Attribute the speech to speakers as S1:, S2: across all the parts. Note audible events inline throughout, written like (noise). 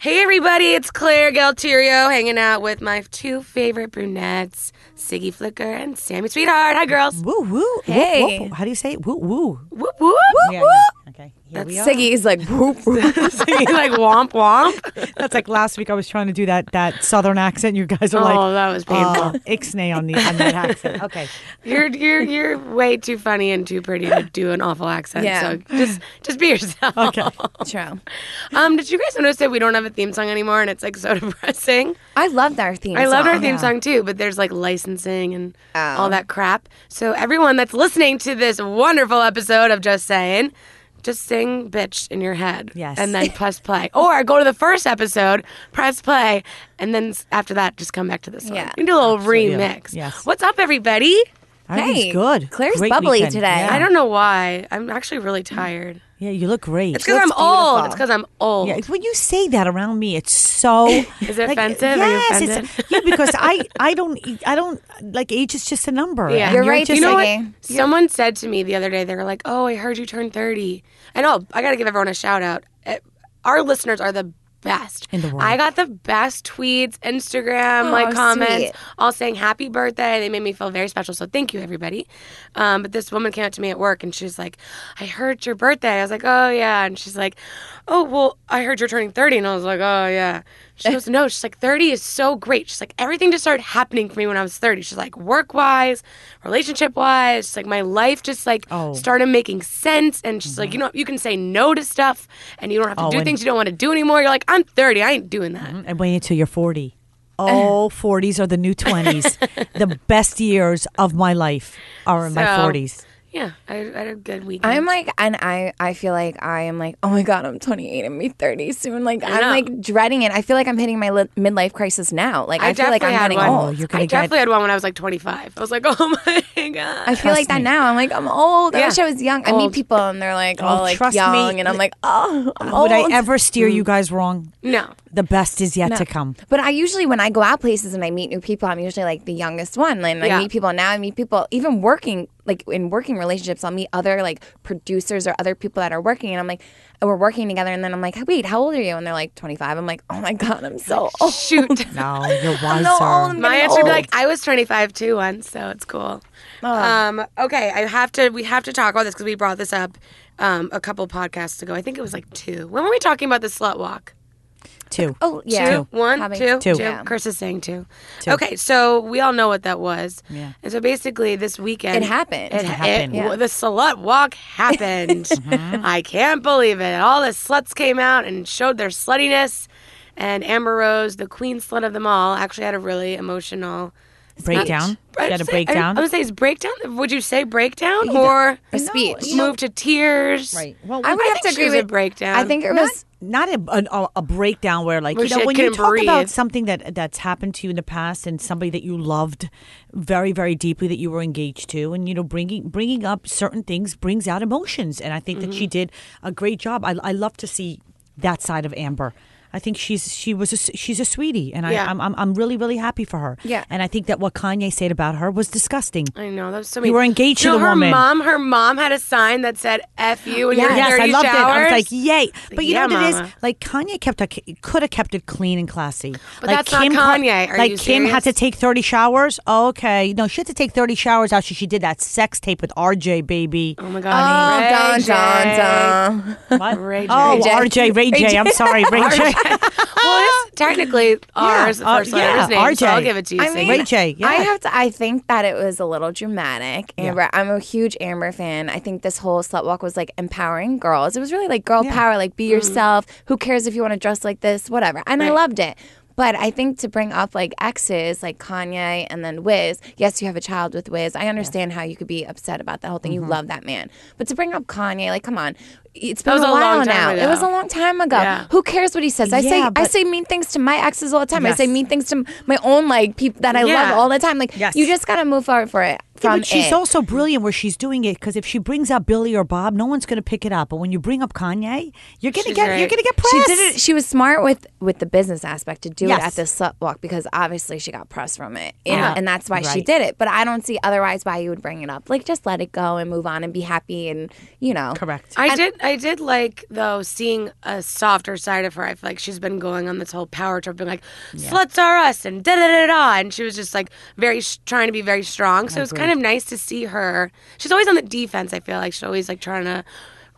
S1: Hey, everybody, it's Claire Galterio hanging out with my two favorite brunettes, Siggy Flicker and Sammy Sweetheart. Hi, girls.
S2: Woo woo.
S3: Hey.
S2: Whoop, whoop. How do you say it? Woo woo.
S1: Whoop, whoop.
S3: Yeah, yeah. Okay. Here we are.
S2: Siggy is like whoop whoop.
S1: (laughs)
S3: (laughs)
S1: like womp womp.
S4: That's like last week I was trying to do that that southern accent. You guys are
S1: oh,
S4: like
S1: that was painful.
S4: uh, ixnay on the on that accent. Okay.
S1: you're you're you're way too funny and too pretty to do an awful accent.
S3: Yeah.
S1: So just just be yourself.
S4: Okay.
S3: True.
S1: (laughs) Um, did you guys notice that we don't have a theme song anymore, and it's like so (laughs) depressing?
S3: I loved our theme.
S1: I loved our
S3: song.
S1: theme song too, but there's like licensing and
S3: Oh.
S1: all that crap. So everyone that's listening to this wonderful episode of Just Saying, just sing bitch in your head.
S4: Yes.
S1: And
S4: (laughs)
S1: then press play. Or go to the first episode, press play, and then s- after that, just come back to this one.
S3: Yeah.
S1: You can do a little remix.
S4: Yes.
S1: What's up, everybody?
S4: Everything's
S3: Hey,
S4: good.
S3: Claire's
S4: Great
S3: bubbly
S4: weekend.
S3: today.
S4: Yeah.
S1: I don't know why. I'm actually really tired.
S4: Yeah, you look great.
S1: It's because I'm
S3: looks
S1: old.
S3: beautiful.
S1: It's because I'm old.
S4: Yeah, when you say that around me, it's so.
S1: Is it offensive? Are you
S4: Yes,
S1: offended?
S4: it's yeah because I I don't e, I don't like age is just a number.
S1: Yeah.
S4: and
S3: You're right,
S4: Just,
S3: you
S1: You know what?
S3: Singing.
S1: Someone said to me the other day, they were like, "Oh, I heard you turned 30." And oh, I got to give everyone a shout out. Eh, Our listeners are the best.
S4: In the world.
S1: I got the best tweets, Instagram, like
S3: Oh,
S1: comments,
S3: sweet.
S1: all saying happy birthday. They made me feel very special. So thank you, everybody. Um, but this woman came up to me at work and she was like, I heard it's your birthday. I was like, oh, yeah. And she's like, oh, well, I heard you're turning 30. And I was like, oh, yeah. She goes, no. She's like, 30 is so great. She's like, everything just started happening for me when I was 30. She's like, work wise, relationship wise. She's like, my life just like
S4: Oh. Mm-hmm.
S1: started making sense. And she's like, you know, you can say no to stuff and you don't have to
S4: Oh,
S1: do
S4: and-
S1: things you don't want to do anymore. You're like, I'm 30. I ain't doing that.
S4: and wait until you're
S3: (laughs)
S4: 40. Oh, 40s are the new 20s. the best years of my life are in my
S1: So-
S4: 40s.
S1: Yeah. I, I had a good weekend.
S3: I'm like, and I, I feel like I am like, oh my god, I'm 28 and me 30 soon. Like I'm
S1: know.
S3: like dreading it. I feel like I'm hitting my li- midlife crisis now. Like I, feel like I'm
S1: had
S3: getting
S1: one.
S3: old.
S4: you're
S1: I
S4: gonna get-
S1: definitely had one when I was like 25. I was like, (laughs) oh my god.
S3: I feel like that
S4: me.
S3: now. I'm like, I'm old. I
S1: Yeah.
S3: wish I was young. I
S1: Old.
S3: meet people and they're like, all
S4: Oh,
S3: like
S4: trust me.
S3: young, and I'm like, oh, I'm
S4: Would I
S3: old. Mm.
S4: ever steer you guys wrong?
S1: no,
S4: The best is yet to
S3: (laughs)
S4: come.
S3: But I usually, when I go out places and I meet new people, I'm usually like the youngest one. And
S1: Yeah.
S3: I meet people now. I meet people even working, like in working relationships. I'll meet other like producers or other people that are working, and I'm like, and we're working together. And then I'm like, wait, how old are you? And they're like, 25. I'm like, oh my god, I'm so old. (laughs)
S1: shoot.
S4: No, you're wiser.
S3: I'm so old. I'm
S1: My
S3: getting
S1: answer would be
S3: old. Oh.
S1: like, I was 25 too once, so it's cool. Um, okay, I have to. We have to talk about this because we brought this up um, a couple podcasts ago. I think it was like two. When were we talking about the slut walk?
S4: too.
S3: oh yeah,
S1: Two, one,
S3: Having-
S1: two,
S4: Two.
S3: Yeah.
S1: Chris is saying two.
S4: Two.
S1: Okay, so we all know what that was.
S4: Yeah.
S1: And so basically, this weekend
S3: It happened.
S1: It,
S3: It
S1: happened.
S4: happened. Mm-hmm.
S3: Yeah.
S1: The slut walk
S4: (laughs)
S1: happened. I can't believe it. All the sluts came out and showed their sluttiness. And Amber Rose, the queen slut of them all, actually had a really emotional
S4: Breakdown.
S1: I
S4: You had a
S1: would say-
S4: breakdown.
S1: I would say it's breakdown. Would you say breakdown or
S3: A speech.
S1: move to tears?
S4: Right. Well,
S3: I would
S1: I
S3: have
S1: think
S3: to
S1: she
S3: agree
S1: was a
S3: with
S1: breakdown.
S3: I think it
S4: not,
S3: was.
S4: not a, an- a, a breakdown where like
S1: Where
S4: you know
S1: she
S4: when you
S1: couldn't
S4: talk
S1: breathe.
S4: about something that that's happened to you in the past and somebody that you loved very very deeply that you were engaged to and you know bringing bringing up certain things brings out emotions and i think that
S1: Mm-hmm.
S4: she did a great job i, I love to see that side of amber I think she's she was a, s- she's a sweetie, and
S1: Yeah.
S4: I, I'm, I'm I'm really really happy for her.
S3: Yeah.
S4: and I think that what Kanye said about her was disgusting.
S1: I know that was so.
S4: You
S1: mean.
S4: were engaged to
S1: No,
S4: the
S1: her
S4: woman.
S1: mom. Her mom had a sign that said "F you" when
S3: Yes.
S1: you're
S4: Yes,
S1: dirty
S4: I loved
S1: showers.
S4: it. I was like, yay! But you
S1: Yeah,
S4: know what it
S1: mama.
S4: is? Like Kanye kept could have kept it clean and classy. But like
S1: that's not
S4: Ka-
S1: Kanye. Are
S4: like
S1: you
S4: Kim had
S1: serious?
S4: to take thirty showers. Okay, no, she had to take thirty showers after she did that sex tape with
S1: (laughs)
S4: RJ, baby.
S1: "Oh my
S3: Oh,
S1: god,
S3: dun,
S1: Ray
S3: dun,
S1: J.
S3: dun.
S4: What?
S1: Ray J.
S4: Oh,
S3: Ray J.
S4: RJ, Ray
S1: (laughs)
S4: J. I'm sorry, Ray J.
S1: Well, it's (laughs) technically R is the
S4: uh,
S1: first letter of
S4: yeah,
S1: his name, so
S4: RJ.
S1: I'll give it to you.
S3: I
S1: Sadie.
S3: mean,
S4: Ray J, yeah.
S3: I have to. I think that it was a little dramatic. Amber, I'm a huge Amber fan. I think this whole slut walk was like empowering girls. It was really like girl power. Like
S1: Mm-hmm.
S3: be yourself. Who cares if you want to dress like this? Whatever. And I loved it. But I think to bring up like exes like Kanye and then Wiz, yes, you have a child with Wiz. I understand how you could be upset about that whole thing. You
S4: Mm-hmm.
S3: love that man. But to bring up Kanye, like, come on. It's been
S1: was a
S3: a
S1: long
S3: while
S1: time
S3: now.
S1: ago.
S3: It was a long time ago.
S1: Yeah.
S3: Who cares what he says? I say
S4: Yeah,
S3: I
S4: but-
S3: say mean things to my exes all the time. I say
S4: Yes.
S3: mean things to my own like people that I
S1: Yeah.
S3: love all the time. Like
S4: Yes.
S3: you just gotta move forward for it from
S4: but she's
S3: it.
S4: also brilliant where she's doing it because if she brings up Billy or Bob, no one's going to pick it up. But when you bring up Kanye, you're going to
S1: She's
S4: get you're
S1: right.
S4: going to get press.
S3: she did it. She was smart with with the business aspect to do
S4: Yes.
S3: it at the slut walk because obviously she got press from it, you know,
S4: Yeah.
S3: and that's why she
S4: Right.
S3: did it. But I don't see otherwise why you would bring it up. Like just let it go and move on and be happy and you know.
S4: Correct.
S1: I did. I did like though seeing a softer side of her. I feel like she's been going on this whole power trip, being like, "Sluts are us," and da da da da, and she was just like very s- trying to be very strong. So it was kind of nice to see her. She's always on the defense. I feel like she's always like trying to.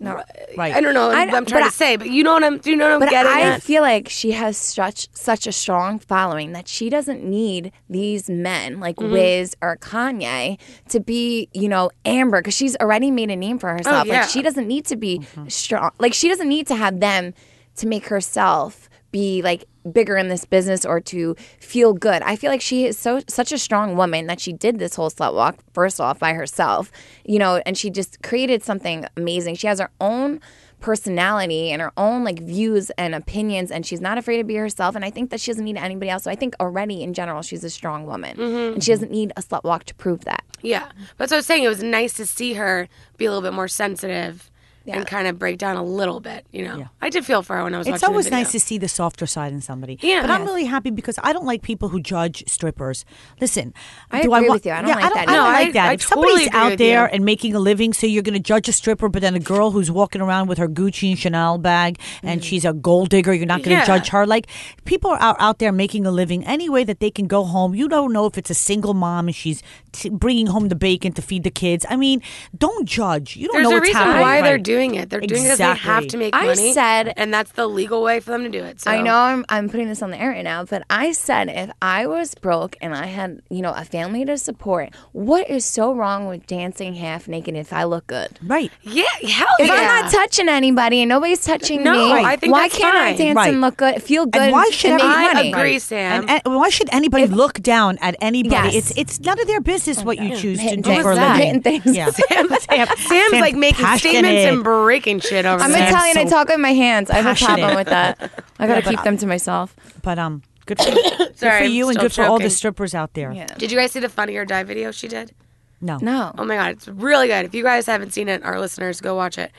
S1: No,
S4: Right.
S1: I don't know
S3: I
S1: what
S3: don't-
S1: I'm trying
S3: but
S1: to say, but you know what I'm. Do you know what I'm
S3: But
S1: getting
S3: I
S1: at?
S3: feel like she has such such a strong following that she doesn't need these men like Wiz or Kanye to be, you know, Amber because she's already made a name for herself.
S1: yeah.
S3: Like she doesn't need to be strong. Like she doesn't need to have them to make herself be like bigger in this business or to feel good. I feel like she is so such a strong woman that she did this whole slut walk first off by herself, you know, and she just created something amazing. She has her own personality and her own like views and opinions and she's not afraid to be herself and I think that she doesn't need anybody else. So I think already in general she's a strong woman and she doesn't need a slut walk to prove that.
S1: Yeah, that's what I was saying. It was nice to see her be a little bit more sensitive and kind of break down a little bit. You know, I did feel for her when I was.
S4: It's
S1: watching
S4: always
S1: the video.
S4: nice to see the softer side in somebody.
S1: Yeah.
S4: but I'm
S1: Yes.
S4: really happy because I don't like people who judge strippers. Listen,
S3: I
S4: do I
S3: agree
S4: wa-
S3: with you. I don't
S4: yeah,
S3: like
S4: I don't,
S3: that
S4: I don't
S1: either. No,
S4: like
S1: I-
S4: that.
S1: I
S4: if
S1: totally
S4: somebody's
S1: agree
S4: out
S1: with you.
S4: there and making a living, so you're going to judge a stripper, but then a girl who's walking around with her Gucci and Chanel bag and she's a gold digger, you're not going to
S1: Mm. Yeah.
S4: judge her. Like people are out, out there making a living any way that they can go home. You don't know if it's a single mom and she's t- bringing home the bacon to feed the kids. I mean, don't judge. You don't
S1: There's
S4: know
S1: a
S4: what's
S1: reason
S4: happening.
S1: why they're
S4: Right.
S1: doing it. They're doing it because they have
S4: Exactly.
S1: to make
S3: I
S1: money.
S3: said-
S1: and that's the legal way for them to do it. So.
S3: I know I'm, I'm putting this on the air right now, but I said if I was broke and I had, you know, a family to support, what is so wrong with dancing half naked if I look good?
S4: right.
S1: Yeah, hell
S3: If
S1: yeah.
S3: I'm not
S1: (laughs)
S3: touching anybody and nobody's touching
S1: No,
S3: me,
S1: I think
S3: why
S1: that's
S3: can't I
S1: fine.
S3: dance
S4: Right.
S3: and look good, feel good,
S4: And why should
S3: and make
S1: I
S3: money?
S1: agree, Sam.
S4: And, and why should anybody look down at anybody?
S3: Yes.
S4: It's it's none of their business what you choose to
S3: Hitting
S4: do
S3: things.
S4: for a
S3: What's that?
S4: living.
S3: Hitting things.
S4: Yeah. Sam,
S1: Sam's, like making statements and breaking shit over
S3: I'm
S1: there.
S3: Italian. I
S4: so
S3: talk with my hands. I have a
S4: passionate.
S3: problem with that.
S1: (laughs)
S3: I gotta keep them to myself.
S4: (laughs) but um, good
S3: (coughs)
S4: for, good for
S1: Sorry, I'm
S4: you and
S1: still
S4: good for all the
S1: choking.
S4: strippers out there.
S3: Yeah.
S1: Did you guys see the Funny or Die video she did?
S4: No,
S3: No.
S1: Oh my god, it's really good. If you guys haven't seen it, our listeners go watch it.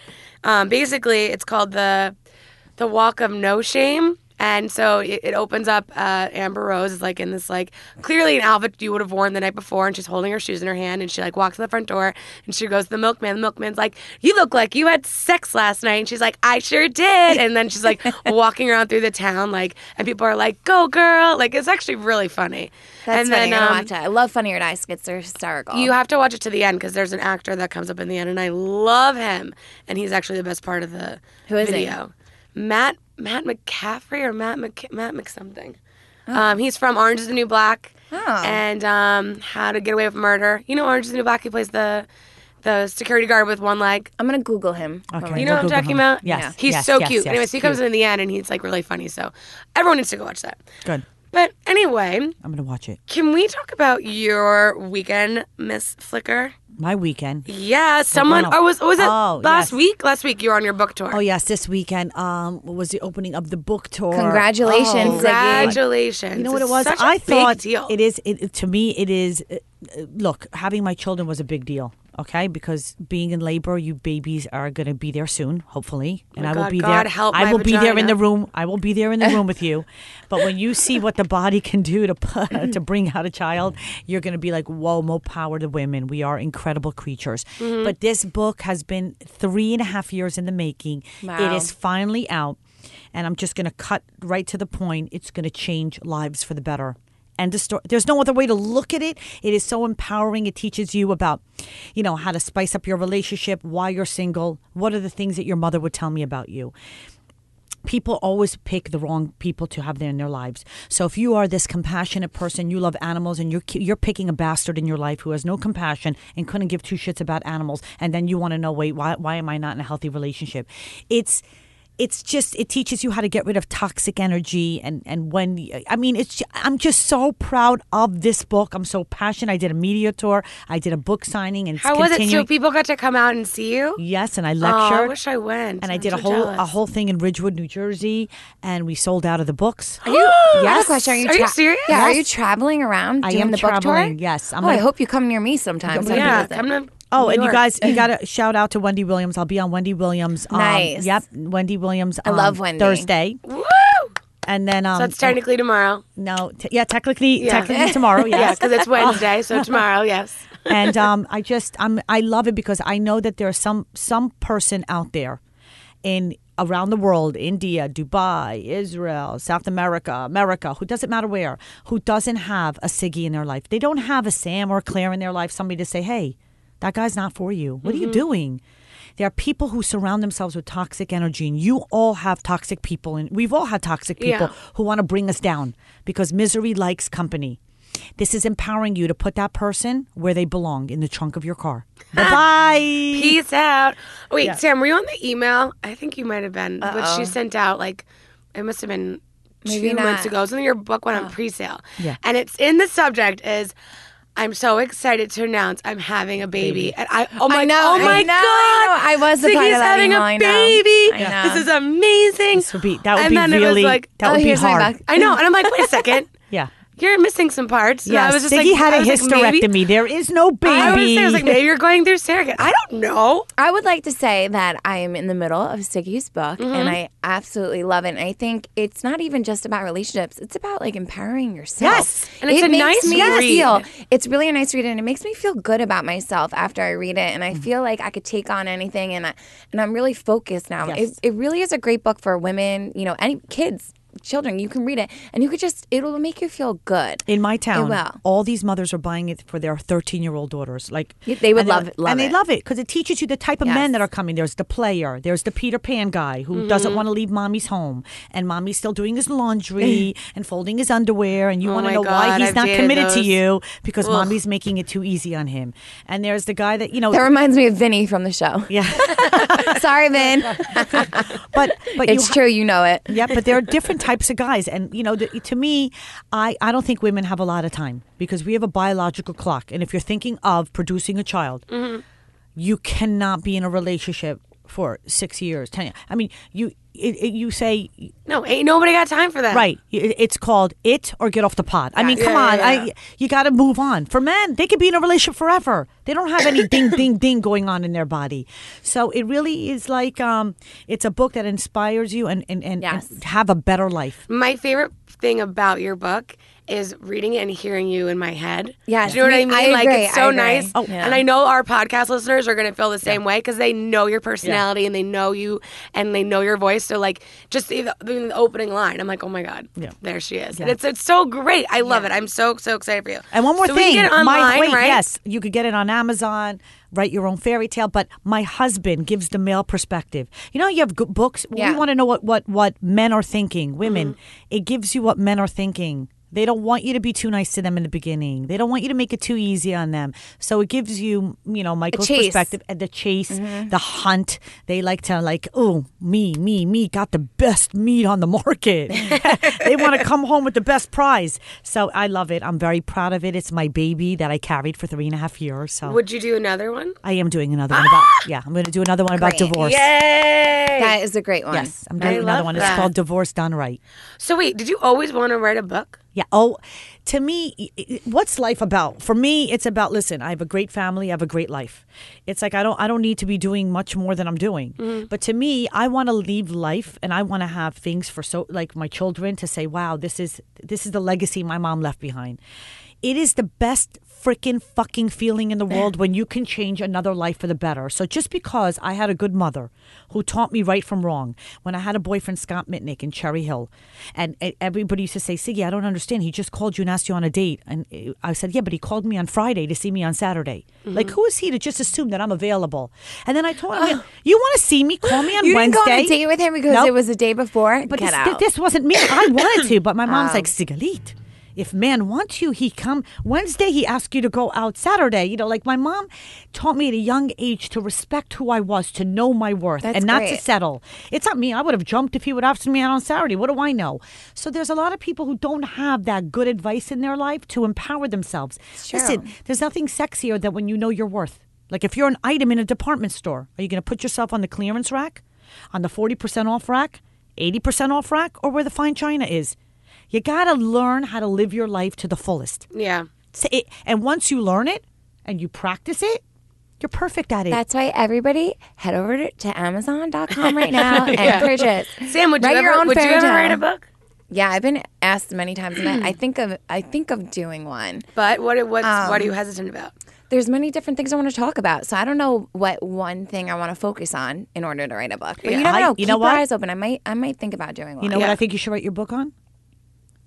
S1: Um, basically, it's called the the Walk of No Shame, and so it, it opens up. Uh, Amber Rose is like in this like clearly an outfit you would have worn the night before, and she's holding her shoes in her hand, and she like walks to the front door, and she goes to the milkman. The milkman's like, "You look like you had sex last night," and she's like, "I sure did." And then she's like
S3: (laughs)
S1: walking around through the town, like, and people are like, "Go girl!" Like it's actually really funny. and
S3: That's funny.
S1: then
S3: I
S1: um,
S3: watch it. I love Funny or Die skits. They're hysterical.
S1: you have to watch it to the end because there's an actor that comes up in the end, and I love him, and he's actually the best part of the
S3: Who is he?
S1: video. Matt Matt McCaffrey or Matt Mc, Matt McSomething. Um, he's from Orange Is the New Black
S3: Oh.
S1: and um, How to Get Away with Murder. You know Orange Is the New Black. He plays the the security guard with one leg.
S3: I'm gonna Google him.
S4: Okay.
S1: You know what
S4: We'll
S1: I'm talking
S4: Google him.
S1: about?
S4: Yes,
S1: He's
S4: yes,
S1: so
S4: yes,
S1: cute.
S4: yes,
S1: Anyways, he comes in in the end, and he's like really funny. So everyone needs to go watch that.
S4: good.
S1: But anyway,
S4: I'm gonna watch it.
S1: can we talk about your weekend, Miss Flicker?
S4: My weekend.
S1: Yeah, someone.
S4: wow.
S1: Or was was it
S4: Oh,
S1: last
S4: yes.
S1: week? Last week you were on your book tour.
S4: Oh yes, this weekend um was the opening of the book tour.
S3: Congratulations,
S4: Oh,
S3: Ziggy.
S1: Congratulations!
S4: You know what it
S1: It's
S4: was?
S1: Such a
S4: I
S1: big
S4: thought
S1: deal.
S4: it is. It, to me, it is. uh, uh, Look, having my children was a big deal. Okay, because being in labor, you babies are going to be there soon, hopefully, and
S1: my
S4: I will
S1: God,
S4: be
S1: God
S4: there.
S1: help
S4: I
S1: my
S4: will be there in the
S1: vagina.
S4: room. I will be there in the room with you. But when you see what the body can do to pu- to bring out a child, you're going to be like, "Whoa, more power to women. We are incredible creatures." But this book has been three and a half years in the making. It
S3: Wow.
S4: is finally out. And I'm just going to cut right to the point. It's going to change lives for the better. And the story, there's no other way to look at it. It is so empowering. It teaches you about, you know, how to spice up your relationship, why you're single, what are the things that your mother would tell me about you people always pick the wrong people to have there in their lives. So if you are this compassionate person, you love animals, and you're ki- you're picking a bastard in your life who has no compassion and couldn't give two shits about animals, and then you want to know, wait, why why am I not in a healthy relationship? It's it's just it teaches you how to get rid of toxic energy and and when y- I mean it's ju- I'm just so proud of this book. I'm so passionate. I did a media tour. I did a book signing and it's
S1: How Oh, was it? So
S4: continuing.
S1: people got to come out and see you.
S4: Yes, and I
S1: Oh, I
S4: lectured.
S1: wish I went.
S4: and I
S1: I'm
S4: did a
S1: so
S4: whole a
S1: jealous.
S4: whole thing in Ridgewood, New Jersey, and we sold out of the books.
S1: (gasps)
S3: I have a
S4: Yes.
S3: question. Are you,
S1: Are you
S3: tra-
S1: serious?
S3: Yeah. Are
S1: Yes.
S3: you traveling around
S4: I
S3: doing
S4: am
S3: the book tour?
S4: traveling, yes. I'm
S3: oh, I
S4: gonna-
S3: hope you come near me sometimes. I'll
S1: Yeah,
S3: visit.
S1: come to.
S4: Oh,
S1: New
S4: and you
S1: York.
S4: guys, you got
S1: (laughs)
S4: to shout out to Wendy Williams. I'll be on Wendy Williams. Um,
S3: Nice.
S4: Yep, Wendy Williams. I
S3: love Wendy.
S4: Thursday,
S1: Woo!
S4: and then um,
S1: So it's technically tomorrow.
S4: no, t- yeah, technically,
S1: Yeah.
S4: technically
S1: (laughs)
S4: tomorrow.
S1: Yeah,
S4: Yes,
S1: because
S4: (laughs)
S1: it's Wednesday,
S4: Oh.
S1: so tomorrow, yes.
S4: and um, I just I'm I love it because I know that there's some some person out there in around the world, India, Dubai, Israel, South America, America, who doesn't matter where, who doesn't have a Siggy in their life. They don't have a Sam or a Claire in their life, somebody to say, Hey, that guy's not for you. What are you doing? There are people who surround themselves with toxic energy, and you all have toxic people, and we've all had toxic people
S1: Yeah.
S4: who want to bring us down because misery likes company. This is empowering you to put that person where they belong in the trunk of your car. Bye.
S1: Peace out. Oh, wait, Sam, were you on the email? I think you might have been, which you sent out like it must have been
S3: Maybe
S1: two months
S3: not.
S1: ago. Something your book went on pre-sale,
S4: Yeah.
S1: and it's in the subject is. I'm so excited to announce I'm having a baby, and I oh my
S3: know,
S1: oh
S3: I
S1: my
S3: know, I
S1: god!
S3: know. I was the
S1: Ziggy's
S3: part of that
S1: having
S3: email,
S1: a
S3: I know.
S1: baby.
S3: I Yeah. know.
S1: This is amazing.
S4: This would be that would
S1: and
S4: be
S1: then
S4: really
S1: it was like
S4: that would
S3: oh,
S4: be
S3: here's my
S4: hard.
S3: back.
S1: I know, and I'm like, wait a second,
S4: Yeah.
S1: you're missing some parts. And
S4: Yeah.
S1: I was just
S4: Ziggy
S1: like,
S4: had
S1: I
S4: a
S1: was like,
S4: hysterectomy.
S1: maybe-
S4: there is no baby.
S1: I was, I was like, maybe you're going through surrogate. I don't know.
S3: I would like to say that I am in the middle of Siggy's book
S1: Mm-hmm.
S3: and I absolutely love it. And I think it's not even just about relationships, it's about like empowering yourself.
S4: Yes.
S1: And it's
S3: it
S1: a
S3: makes
S1: nice
S3: me
S1: read.
S3: feel it's really a nice read and it makes me feel good about myself after I read it and
S1: Mm-hmm.
S3: I feel like I could take on anything and I and I'm really focused now.
S4: Yes.
S3: It it really is a great book for women, you know, any kids, children, you can read it and you could just it'll make you feel good.
S4: in my town,
S3: will.
S4: all these mothers are buying it for their 13 year old daughters. Like
S3: Yeah, they would
S4: and they're-
S3: love- love
S4: and they
S3: it.
S4: love it because it teaches you the type of men
S3: Yes. Mm-hmm.
S4: that are coming. There's the player, there's the Peter Pan guy who doesn't want to leave mommy's home, and mommy's still doing his
S3: (laughs)
S4: laundry and folding his underwear, and you
S1: Oh
S4: want to
S1: my
S4: know why
S1: God,
S4: he's
S1: I've
S4: not
S1: dated
S4: committed to
S1: those.
S4: you because mommy's making it too easy on him. And there's the guy that you know.
S3: That reminds me of Vinny from the
S1: (laughs)
S3: show.
S4: (laughs)
S3: (laughs)
S4: yeah,
S3: Sorry, Vin.
S4: but but you
S3: it's true, you know it.
S4: yeah, but there are different types of guys, and you know, the, to me, I I don't think women have a lot of time because we have a biological clock, and if you're thinking of producing a child,
S1: Mm-hmm.
S4: you cannot be in a relationship for six years, ten. years. I mean, you it, it, you say
S1: No, ain't nobody got time for that.
S4: right. It, it's called it or get off the pot. I mean,
S1: Yeah,
S4: come
S1: yeah,
S4: on,
S1: yeah.
S4: I you got to move on. For men, they could be in a relationship forever. They don't have
S1: (coughs)
S4: any ding ding ding going on in their body. So it really is like um, it's a book that inspires you and and, and,
S3: Yes.
S4: and have a better life.
S1: My favorite thing about your book is reading it and hearing you in my head.
S3: Yes.
S1: Do you know what I mean?
S3: Me- I
S1: like
S3: agree,
S1: it's so
S3: I agree.
S1: nice.
S3: Oh.
S1: And I know our podcast listeners are going to feel the same way because they know your personality and they know you and they know your voice. So like just the, the opening line, I'm like, oh my god, there she is. And It's it's so great. I love it. I'm so so excited for you.
S4: And one more
S1: So we can
S4: thing,
S1: get it online,
S4: my wait,
S1: right?
S4: yes, you could get it on Amazon. Write your own fairy tale, but my husband gives the male perspective. You know, you have good books.
S3: Yeah.
S4: We want to know what, what what men are thinking. Women,
S1: Mm-hmm.
S4: it gives you what men are thinking. They don't want you to be too nice to them in the beginning. They don't want you to make it too easy on them. So it gives you, you know, Michael's
S3: chase.
S4: perspective and the chase,
S1: Mm-hmm.
S4: the hunt. They like to like, oh, me, me, me got the best meat on the market. (laughs) they want to come home with the best prize. So I love it. I'm very proud of it. It's my baby that I carried for three and a half years. So
S1: Would you do another one?
S4: I am doing another one about yeah. I'm going to do another one about
S3: Great.
S4: divorce.
S1: Yay!
S3: That is a great one.
S4: Yes, I'm
S1: I
S4: doing another
S1: love
S4: one.
S1: that.
S4: It's called Divorce Done Right.
S1: So wait, did you always want to write a book?
S4: Yeah. Oh, to me, i- i- what's life about? For me, it's about listen. I have a great family. I have a great life. It's like I don't. I don't need to be doing much more than I'm doing. But to me, I want to leave life, and I want to have things for so like my children to say, "Wow, this is this is the legacy my mom left behind." It is the best freaking fucking feeling in the world when you can change another life for the better. So just because I had a good mother who taught me right from wrong, when I had a boyfriend Scott Mitnick in Cherry Hill, and e- everybody used to say, "Siggy, I don't understand. He just called you and asked you on a date." And uh, I said, "Yeah, but he called me on Friday to see me on Saturday.
S3: Mm-hmm.
S4: Like, who is he to just assume that I'm available?" And then I told him, "You want to see me? Call me on
S3: Uh. You
S4: Wednesday."
S3: didn't go on a date with him because
S4: Nope.
S3: it was the day before.
S4: But
S3: Get
S4: this,
S3: out. (coughs) Um,
S4: this wasn't me. I wanted to, but my mom's like, Sigalit. if man wants you, he come Wednesday. He asks you to go out Saturday. You know, like my mom taught me at a young age to respect who I was, to know my worth,
S3: That's
S4: and not to
S3: great.
S4: settle. It's not me. I would have jumped if he would have asked me out on Saturday. What do I know? So there's a lot of people who don't have that good advice in their life to empower themselves.
S3: true.
S4: Listen, there's nothing sexier than when you know your worth. Like if you're an item in a department store, are you going to put yourself on the clearance rack, on the 40% off rack, 80% off rack, or where the fine china is? You got to learn how to live your life to the fullest.
S1: Yeah.
S4: So it- and once you learn it and you practice it, you're perfect at it.
S3: That's why everybody head over to, to Amazon.com right (laughs) now and purchase.
S1: Sam, would you
S3: Write
S1: ever,
S3: your own
S1: would you
S3: fairy
S1: ever
S3: tale.
S1: write a book?
S3: Yeah, I've been asked many times, and I, I think of I think of doing one.
S1: But what what's, what
S3: Um,
S1: are you hesitant about?
S3: There's many different things I want to talk about, so I don't know what one thing I want to focus on in order to write a book. But you never
S4: I-
S3: know.
S4: you
S3: Keep
S4: know
S3: your
S4: what?
S3: eyes open. I might I might think about doing one.
S4: You know what
S1: Yeah.
S4: I think you should write your book on?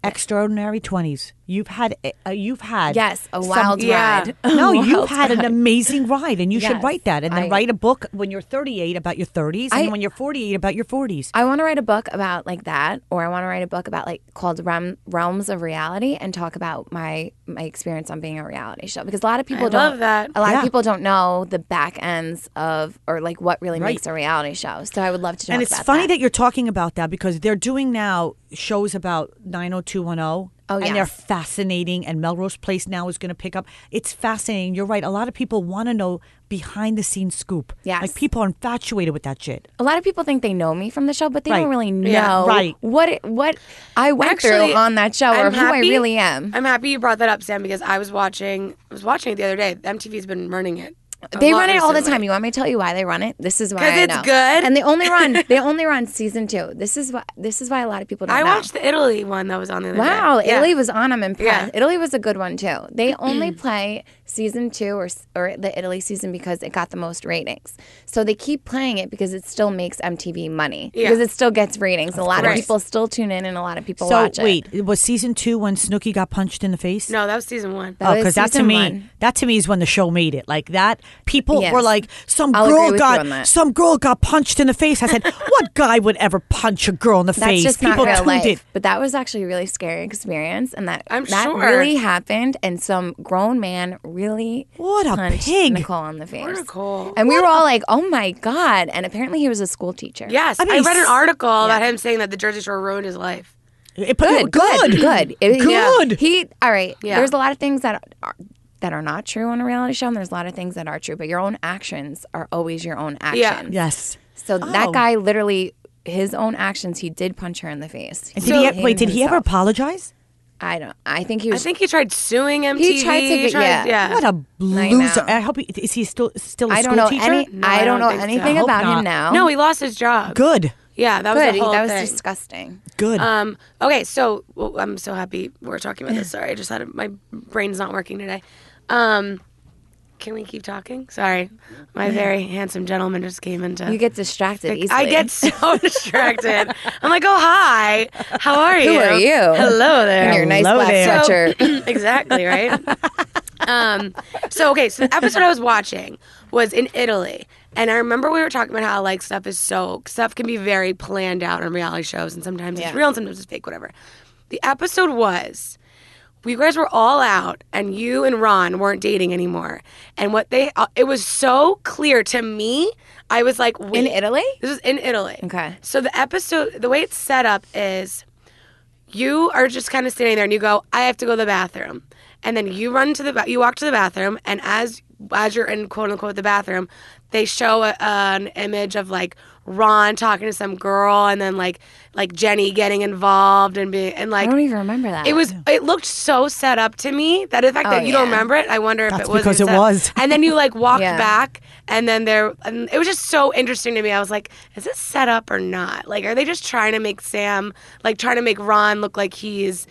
S4: Extraordinary twenties. You've had a- uh, you've had
S3: yes, (laughs) a wild
S1: yeah.
S3: ride.
S4: No,
S3: A
S4: you've
S3: wild
S4: had an
S3: (laughs) ride.
S4: amazing ride, and you should
S3: Yes,
S4: write that, and then
S3: I-
S4: write a book when you're 38 about your 30s, and
S3: I-
S4: when you're 48 about your 40s.
S3: I want to write a book about like that, or I want to write a book about like called Realm, Realms of Reality and talk about my my experience on being a reality show because a lot of people don't
S1: love that.
S3: a lot
S4: Yeah.
S3: of people don't know the back ends of or like what really
S4: Right.
S3: makes a reality show. So I would love to talk
S4: and it's
S3: about
S4: funny
S3: that.
S4: that. you're talking about that because they're doing now shows about 90210.
S3: Oh,
S4: And they're
S3: yes.
S4: fascinating, and Melrose Place now is going to pick up. It's fascinating. You're right. A lot of people want to know behind the scenes scoop.
S3: Yes.
S4: Like people are infatuated with that shit.
S3: a lot of people think they know me from the show, but they
S4: Right.
S3: don't really know
S1: Yeah,
S4: right.
S3: what it, what I went
S1: Actually,
S3: through on that show or
S1: I'm
S3: uh, who I
S1: happy-
S3: really am.
S1: I'm happy you brought that up, Sam, because I was watching. I was watching it the other day. MTV's been running it. a
S3: They
S1: lot
S3: run it all the
S1: recently.
S3: time. You want me to tell you why they run it? This is why
S1: 'Cause
S3: I
S1: it's
S3: know.
S1: good.
S3: and they
S1: (laughs)
S3: only run they only run season two. This is why this is why a lot of people don't
S1: I
S3: know.
S1: watched the Italy one that was on the other day.
S3: Wow,
S1: Yeah.
S3: Italy was on. I'm impressed.
S1: Yeah.
S3: Italy was a good one too.
S1: (clears throat)
S3: They only play season two or s- or the Italy season because it got the most ratings. So they keep playing it because it still makes MTV money
S1: Yeah.
S3: because it still gets ratings. a lot
S1: course.
S3: of people still tune in and a lot of people
S4: so
S3: watch it.
S4: wait, it was season two when Snooki got punched in the face? Oh,
S1: No, that was season one.
S3: That was
S4: that to
S3: season
S4: me,
S3: one.
S4: that to me is when the show made it. Like that, people were
S3: Yes.
S4: like, "Some
S3: I'll agree
S4: girl
S3: with you on
S4: got
S3: that.
S4: some girl got punched in the face." I said,
S3: (laughs)
S4: "What guy would ever punch a girl in the
S3: That's
S4: face?"
S3: just
S4: people
S3: not real
S4: tuned
S3: life.
S4: it.
S3: But that was actually a really scary experience, and that
S1: I'm
S3: that
S1: sure.
S3: really happened. And some grown man really
S4: What a
S3: punched
S4: pig.
S3: Nicole in the face.
S1: Nicole.
S3: And we were all like, "Oh my god!" And apparently, he was a school teacher.
S1: Yes, I,
S4: I mean,
S1: read an
S4: s-
S1: article about him saying that the Jersey Shore ruined his life.
S4: It-
S3: good, good, good, It-
S4: Good.
S3: He all right.
S1: Yeah.
S3: There's a lot of things that are that are not true on a reality show, and there's a lot of things that are true. But your own actions are always your own actions.
S4: Yes.
S3: So
S4: Oh.
S3: that guy literally, his own actions, he did punch her in the face.
S4: And did he e- wait? Did he ever
S3: himself.
S4: apologize?
S3: I don't. I think he
S1: I
S3: was.
S1: think he tried suing MTV.
S3: He tried to get- yeah.
S4: What a loser! I, hope he, is he still still a
S3: I
S4: school
S3: don't know
S4: teacher?
S3: any.
S1: No, I
S3: I don't
S1: don't
S3: know
S1: think so.
S3: anything
S4: I hope
S3: about
S4: not.
S3: him now.
S1: no, he lost his job.
S4: good.
S1: Yeah, that was
S3: good.
S1: the whole
S3: that was
S1: thing.
S3: disgusting.
S4: Good.
S1: Um, okay, so well, I'm so happy we're talking about this. Sorry, I just had a, my brain's not working today. Um, can we keep talking? Sorry, my very handsome gentleman just came into.
S3: You get distracted easily.
S1: I get so (laughs) distracted. I'm like, oh hi, how are you?
S3: are you?
S1: Hello there.
S3: in your nice
S4: Hello
S3: black
S4: there.
S3: (laughs)
S1: (clears throat)
S3: sweatshirt.
S1: exactly right. um, so okay, so the episode I was watching was in Italy, and I remember we were talking about how like stuff is so stuff can be very planned out on reality shows, and sometimes it's
S3: Yeah.
S1: real and sometimes it's fake, whatever. The episode was. We guys were all out, and you and Ron weren't dating anymore. And what they, uh, it was so clear to me. I was like, Wait.
S3: in Italy.
S1: This is in Italy.
S3: Okay.
S1: So the episode, the way it's set up is you are just kind of standing there and you go, I have to go to the bathroom. And then you run to the, ba- you walk to the bathroom and as, as you're in quote unquote the bathroom, they show a, an image of like Ron talking to some girl and then like, like Jenny getting involved and being, and
S3: I
S1: like,
S3: don't even remember that.
S1: it was. It looked so set up to me that the fact
S3: Oh,
S1: that you don't
S3: yeah.
S1: remember it, I wonder if
S4: That's
S1: it was
S4: because it
S1: set up.
S4: was.
S1: And then you
S3: (laughs)
S1: like walked
S3: Yeah.
S1: back, and then there. And it was just so interesting to me. I was like, is this set up or not? Like, are they just trying to make Sam like trying to make Ron look like he's,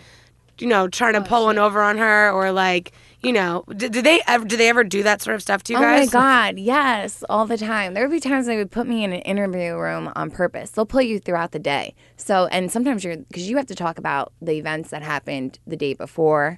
S1: you know, trying
S3: Oh,
S1: to pull one over on her or like. You know, do, do they ever do they ever do that sort of stuff to you
S3: Oh
S1: guys?
S3: my god, yes, all the time. There would be times they would put me in an interview room on purpose. They'll play you throughout the day. So, and sometimes you're because you have to talk about the events that happened the day before,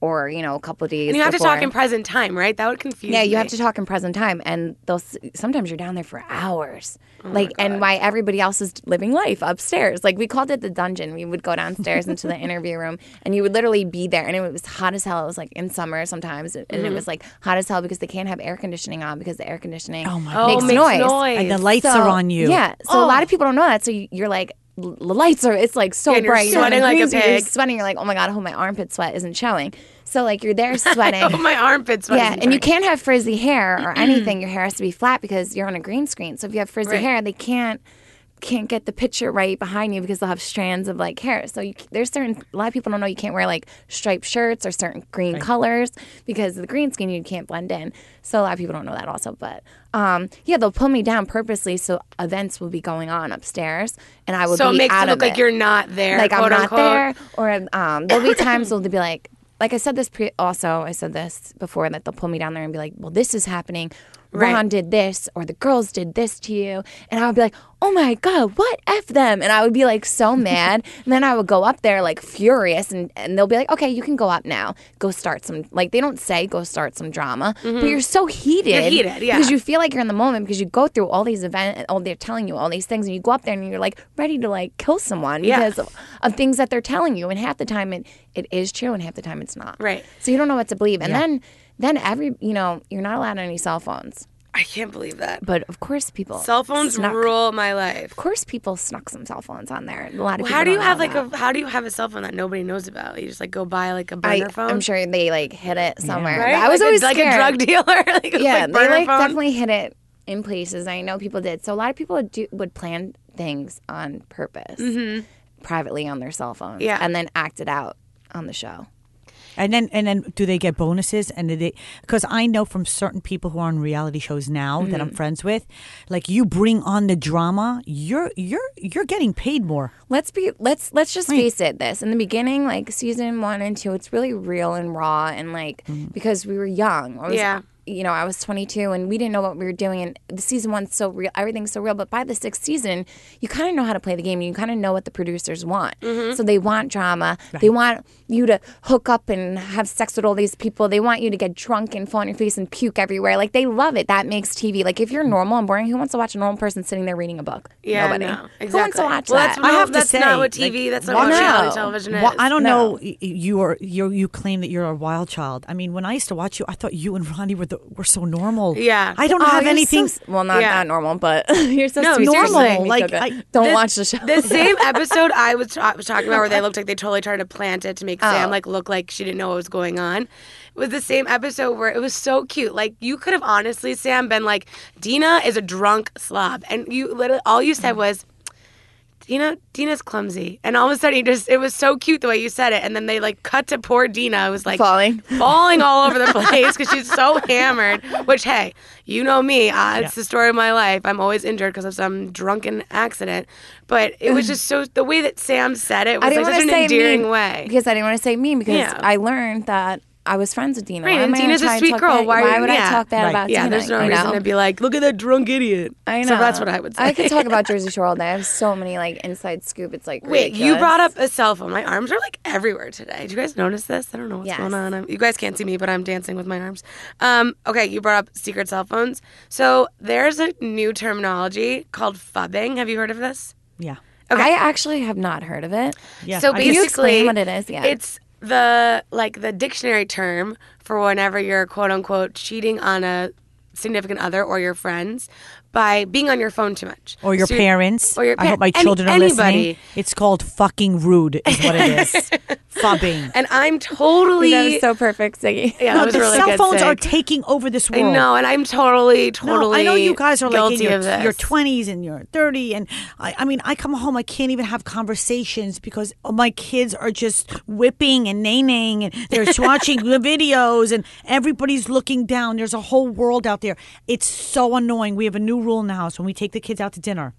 S3: or you know, a couple days.
S1: Mm-hmm. And you have to
S3: before.
S1: talk in present time, right? That would confuse.
S3: Yeah,
S1: me.
S3: you have to talk in present time, and they'll s- sometimes you're down there for hours.
S1: Oh
S3: like and why everybody else is living life upstairs. Like we called it the dungeon. We would go downstairs into
S1: (laughs)
S3: the interview room and you would literally be there and it was hot as hell. It was like in summer sometimes and
S1: Mm-hmm.
S3: it was like hot as hell because they can't have air conditioning on because the air conditioning
S4: Oh, my
S1: Oh,
S3: makes,
S1: makes
S3: noise.
S1: noise.
S4: and the lights are
S3: So-
S4: on you.
S3: Yeah. So a lot
S1: Oh.
S3: of people don't know that. So you- you're like, "L- the lights are. It's like so
S1: And you're
S3: bright.
S1: sweating like a
S3: crazy. You're
S1: pig.
S3: sweating. You're like, oh my god, I hope my armpit sweat isn't showing. So like
S1: (laughs)
S3: you're there
S1: (laughs)
S3: sweating.
S1: Oh, my armpits.
S3: Yeah, and you can't have frizzy hair
S1: (clears throat)
S3: or anything. Your hair has to be flat because you're on a green screen. So if you have frizzy
S1: Right.
S3: hair, they can't can't get the picture right behind you because they'll have strands of like hair. So you, there's certain a lot of people don't know you can't wear like striped shirts or certain green colors because of the green screen you can't blend in. So a lot of people don't know that also, but um, yeah, they'll pull me down purposely so events will be going on upstairs and I will
S1: So it
S3: be
S1: makes
S3: out
S1: it look
S3: of
S1: like you're not there.
S3: like I'm
S1: quote
S3: not
S1: unquote.
S3: there, or um, there'll be times where they'll be like, like I said this pre- also I said this before that they'll pull me down there and be like, well, this is happening.
S1: Right.
S3: Ron did this, or the girls did this to you, and I would be like, oh my god, what f them, and I would be
S1: (laughs)
S3: like so mad, and then I would go up there like furious, and and they'll be like, okay, you can go up now, go start some like they don't say go start some drama, but you're so heated,
S1: Mm-hmm. heated, yeah.
S3: because you feel like you're in the moment because you go through all these events and all they're telling you all these things, and you go up there and you're like ready to like kill someone
S1: Yeah.
S3: because of, of things that they're telling you and half the time it, it is true and half the time it's not
S1: Right.
S3: so you don't know what to believe and then then every you know you're not allowed any cell phones
S1: I can't believe that.
S3: but of course people
S1: Cell phones
S3: snuck,
S1: rule my life.
S3: of course people snuck some cell phones on there a lot of people
S1: How do you
S3: don't
S1: have
S3: know
S1: like
S3: that.
S1: a how do you have a cell phone that nobody knows about? You just like go buy like a
S3: I,
S1: burner phone.
S3: I'm sure they like hid it somewhere.
S1: Right?
S3: I was
S1: like
S3: always
S1: a, like
S3: scared.
S1: a drug (laughs) dealer. like,
S3: yeah,
S1: like
S3: they
S1: burner
S3: like
S1: phone.
S3: definitely hid it in places. I know people did. So a lot of people do, would plan things on purpose, privately on their cell phones,
S1: Mm-hmm. Yeah.
S3: and then act it out on the show.
S4: And then, and then, do they get bonuses? And do they, because I know from certain people who are on reality shows now
S1: Mm.
S4: that I'm friends with, like you bring on the drama, you're you're you're getting paid more.
S3: let's be let's let's just face it this in the beginning like season one and two it's really real and raw and like because we were young I was,
S1: Yeah.
S3: you know i was 22 and we didn't know what we were doing and the season one's so real everything's so real but by the sixth season you kind of know how to play the game and you kind of know what the producers want
S1: Mm-hmm.
S3: so they want drama they want you to hook up and have sex with all these people they want you to get drunk and fall on your face and puke everywhere like they love it that makes tv like if you're normal and boring who wants to watch a normal person sitting there reading a book
S1: Yeah,
S3: nobody
S1: no, exactly.
S3: who wants to watch
S1: well,
S3: that
S1: That's, no,
S4: I have to
S1: that's
S4: say,
S1: not what
S4: like,
S1: TV. that's not what
S3: no.
S1: reality television is.
S4: Well, I don't
S3: No.
S4: know. y- y- You are you you claim that you're a wild child. I mean, when I used to watch you, I thought you and Ronnie were the, were so normal.
S1: Yeah.
S4: I don't
S3: Oh,
S4: have
S3: you're
S4: anything.
S3: so s- well, not
S1: Yeah.
S3: not normal, but (laughs) you're so
S1: No,
S3: sweet. Seriously,
S1: normal,
S3: you make me
S4: like,
S3: feel good.
S4: I-
S3: don't
S1: This-
S3: watch the show. (laughs)
S1: The same episode I was, ta- was talking about where they looked like they totally tried to plant it to make
S3: Oh.
S1: Sam like look like she didn't know what was going on. Was the same episode where it was so cute. Like you could have honestly, Sam, been like, "Dina is a drunk slob," and you literally all you
S3: Mm.
S1: said was, "Dina, Dina's clumsy," and all of a sudden you just it was so cute the way you said it. And then they like cut to poor Dina who was like
S3: Falling.
S1: (laughs) falling all over the place because she's so hammered. Which, hey, you know me. Uh, it's the story of my life. I'm always injured because of some drunken accident. But it was just so the way that Sam said it
S3: Mm. I
S1: was
S3: didn't
S1: like such
S3: want
S1: an
S3: to say
S1: endearing
S3: mean
S1: way.
S3: because I didn't want to say mean because
S1: Yeah.
S3: I learned that I was friends with Dina.
S1: Right,
S3: Why
S1: and
S3: am I gonna
S1: Dina's a
S3: try and
S1: sweet
S3: talk
S1: girl.
S3: bad-
S1: Why
S3: Why,
S1: are you-
S3: would
S1: yeah.
S3: I talk bad
S4: Right.
S3: about
S1: yeah,
S3: Dina?
S1: there's no
S3: you
S1: reason
S3: know?
S1: to be like, look at that drunk idiot.
S3: I know.
S1: So that's what I would say.
S3: I could
S1: (laughs)
S3: talk about Jersey Shore all day. I have so many like inside scoop. It's like
S1: Wait, you
S3: ridiculous.
S1: brought up a cell phone. My arms are like everywhere today. Do you guys notice this? I don't know what's
S3: Yes.
S1: going on. I'm, you guys can't see me, but I'm dancing with my arms. Um, okay, you brought up secret cell phones. So there's a new terminology called fubbing. Have you heard of this?
S4: Yeah.
S3: I actually have not heard of it.
S4: Yeah.
S1: So
S4: I guess-
S1: basically,
S3: you explain what it is? Yeah.
S1: it's the like the dictionary term for whenever you're quote unquote cheating on a significant other or your friends by being on your phone too much
S4: or your
S1: So you're-
S4: parents.
S1: or your
S4: I hope
S1: par-
S4: my
S1: any-
S4: children are listening.
S1: anybody.
S4: It's called fucking rude, is what it
S1: (laughs)
S4: is. Fubbing.
S1: And
S4: (laughs)
S1: I'm totally
S3: that is so perfect, Ziggy.
S1: yeah,
S4: No, (laughs)
S1: it was
S4: the
S1: really
S4: cell
S1: good
S4: phones are
S1: saying.
S4: taking over this
S1: I
S4: world.
S1: know, and I'm totally, totally.
S4: No, I know you guys are like
S1: guilty
S4: in your,
S1: of this.
S4: your 20s and your 30 and I, I mean I come home I can't even have conversations because my kids are just whipping and naining and
S1: (laughs)
S4: they're just watching the videos and everybody's looking down there's a whole world out there it's so annoying we have a new rule in the house when we take the kids out to dinner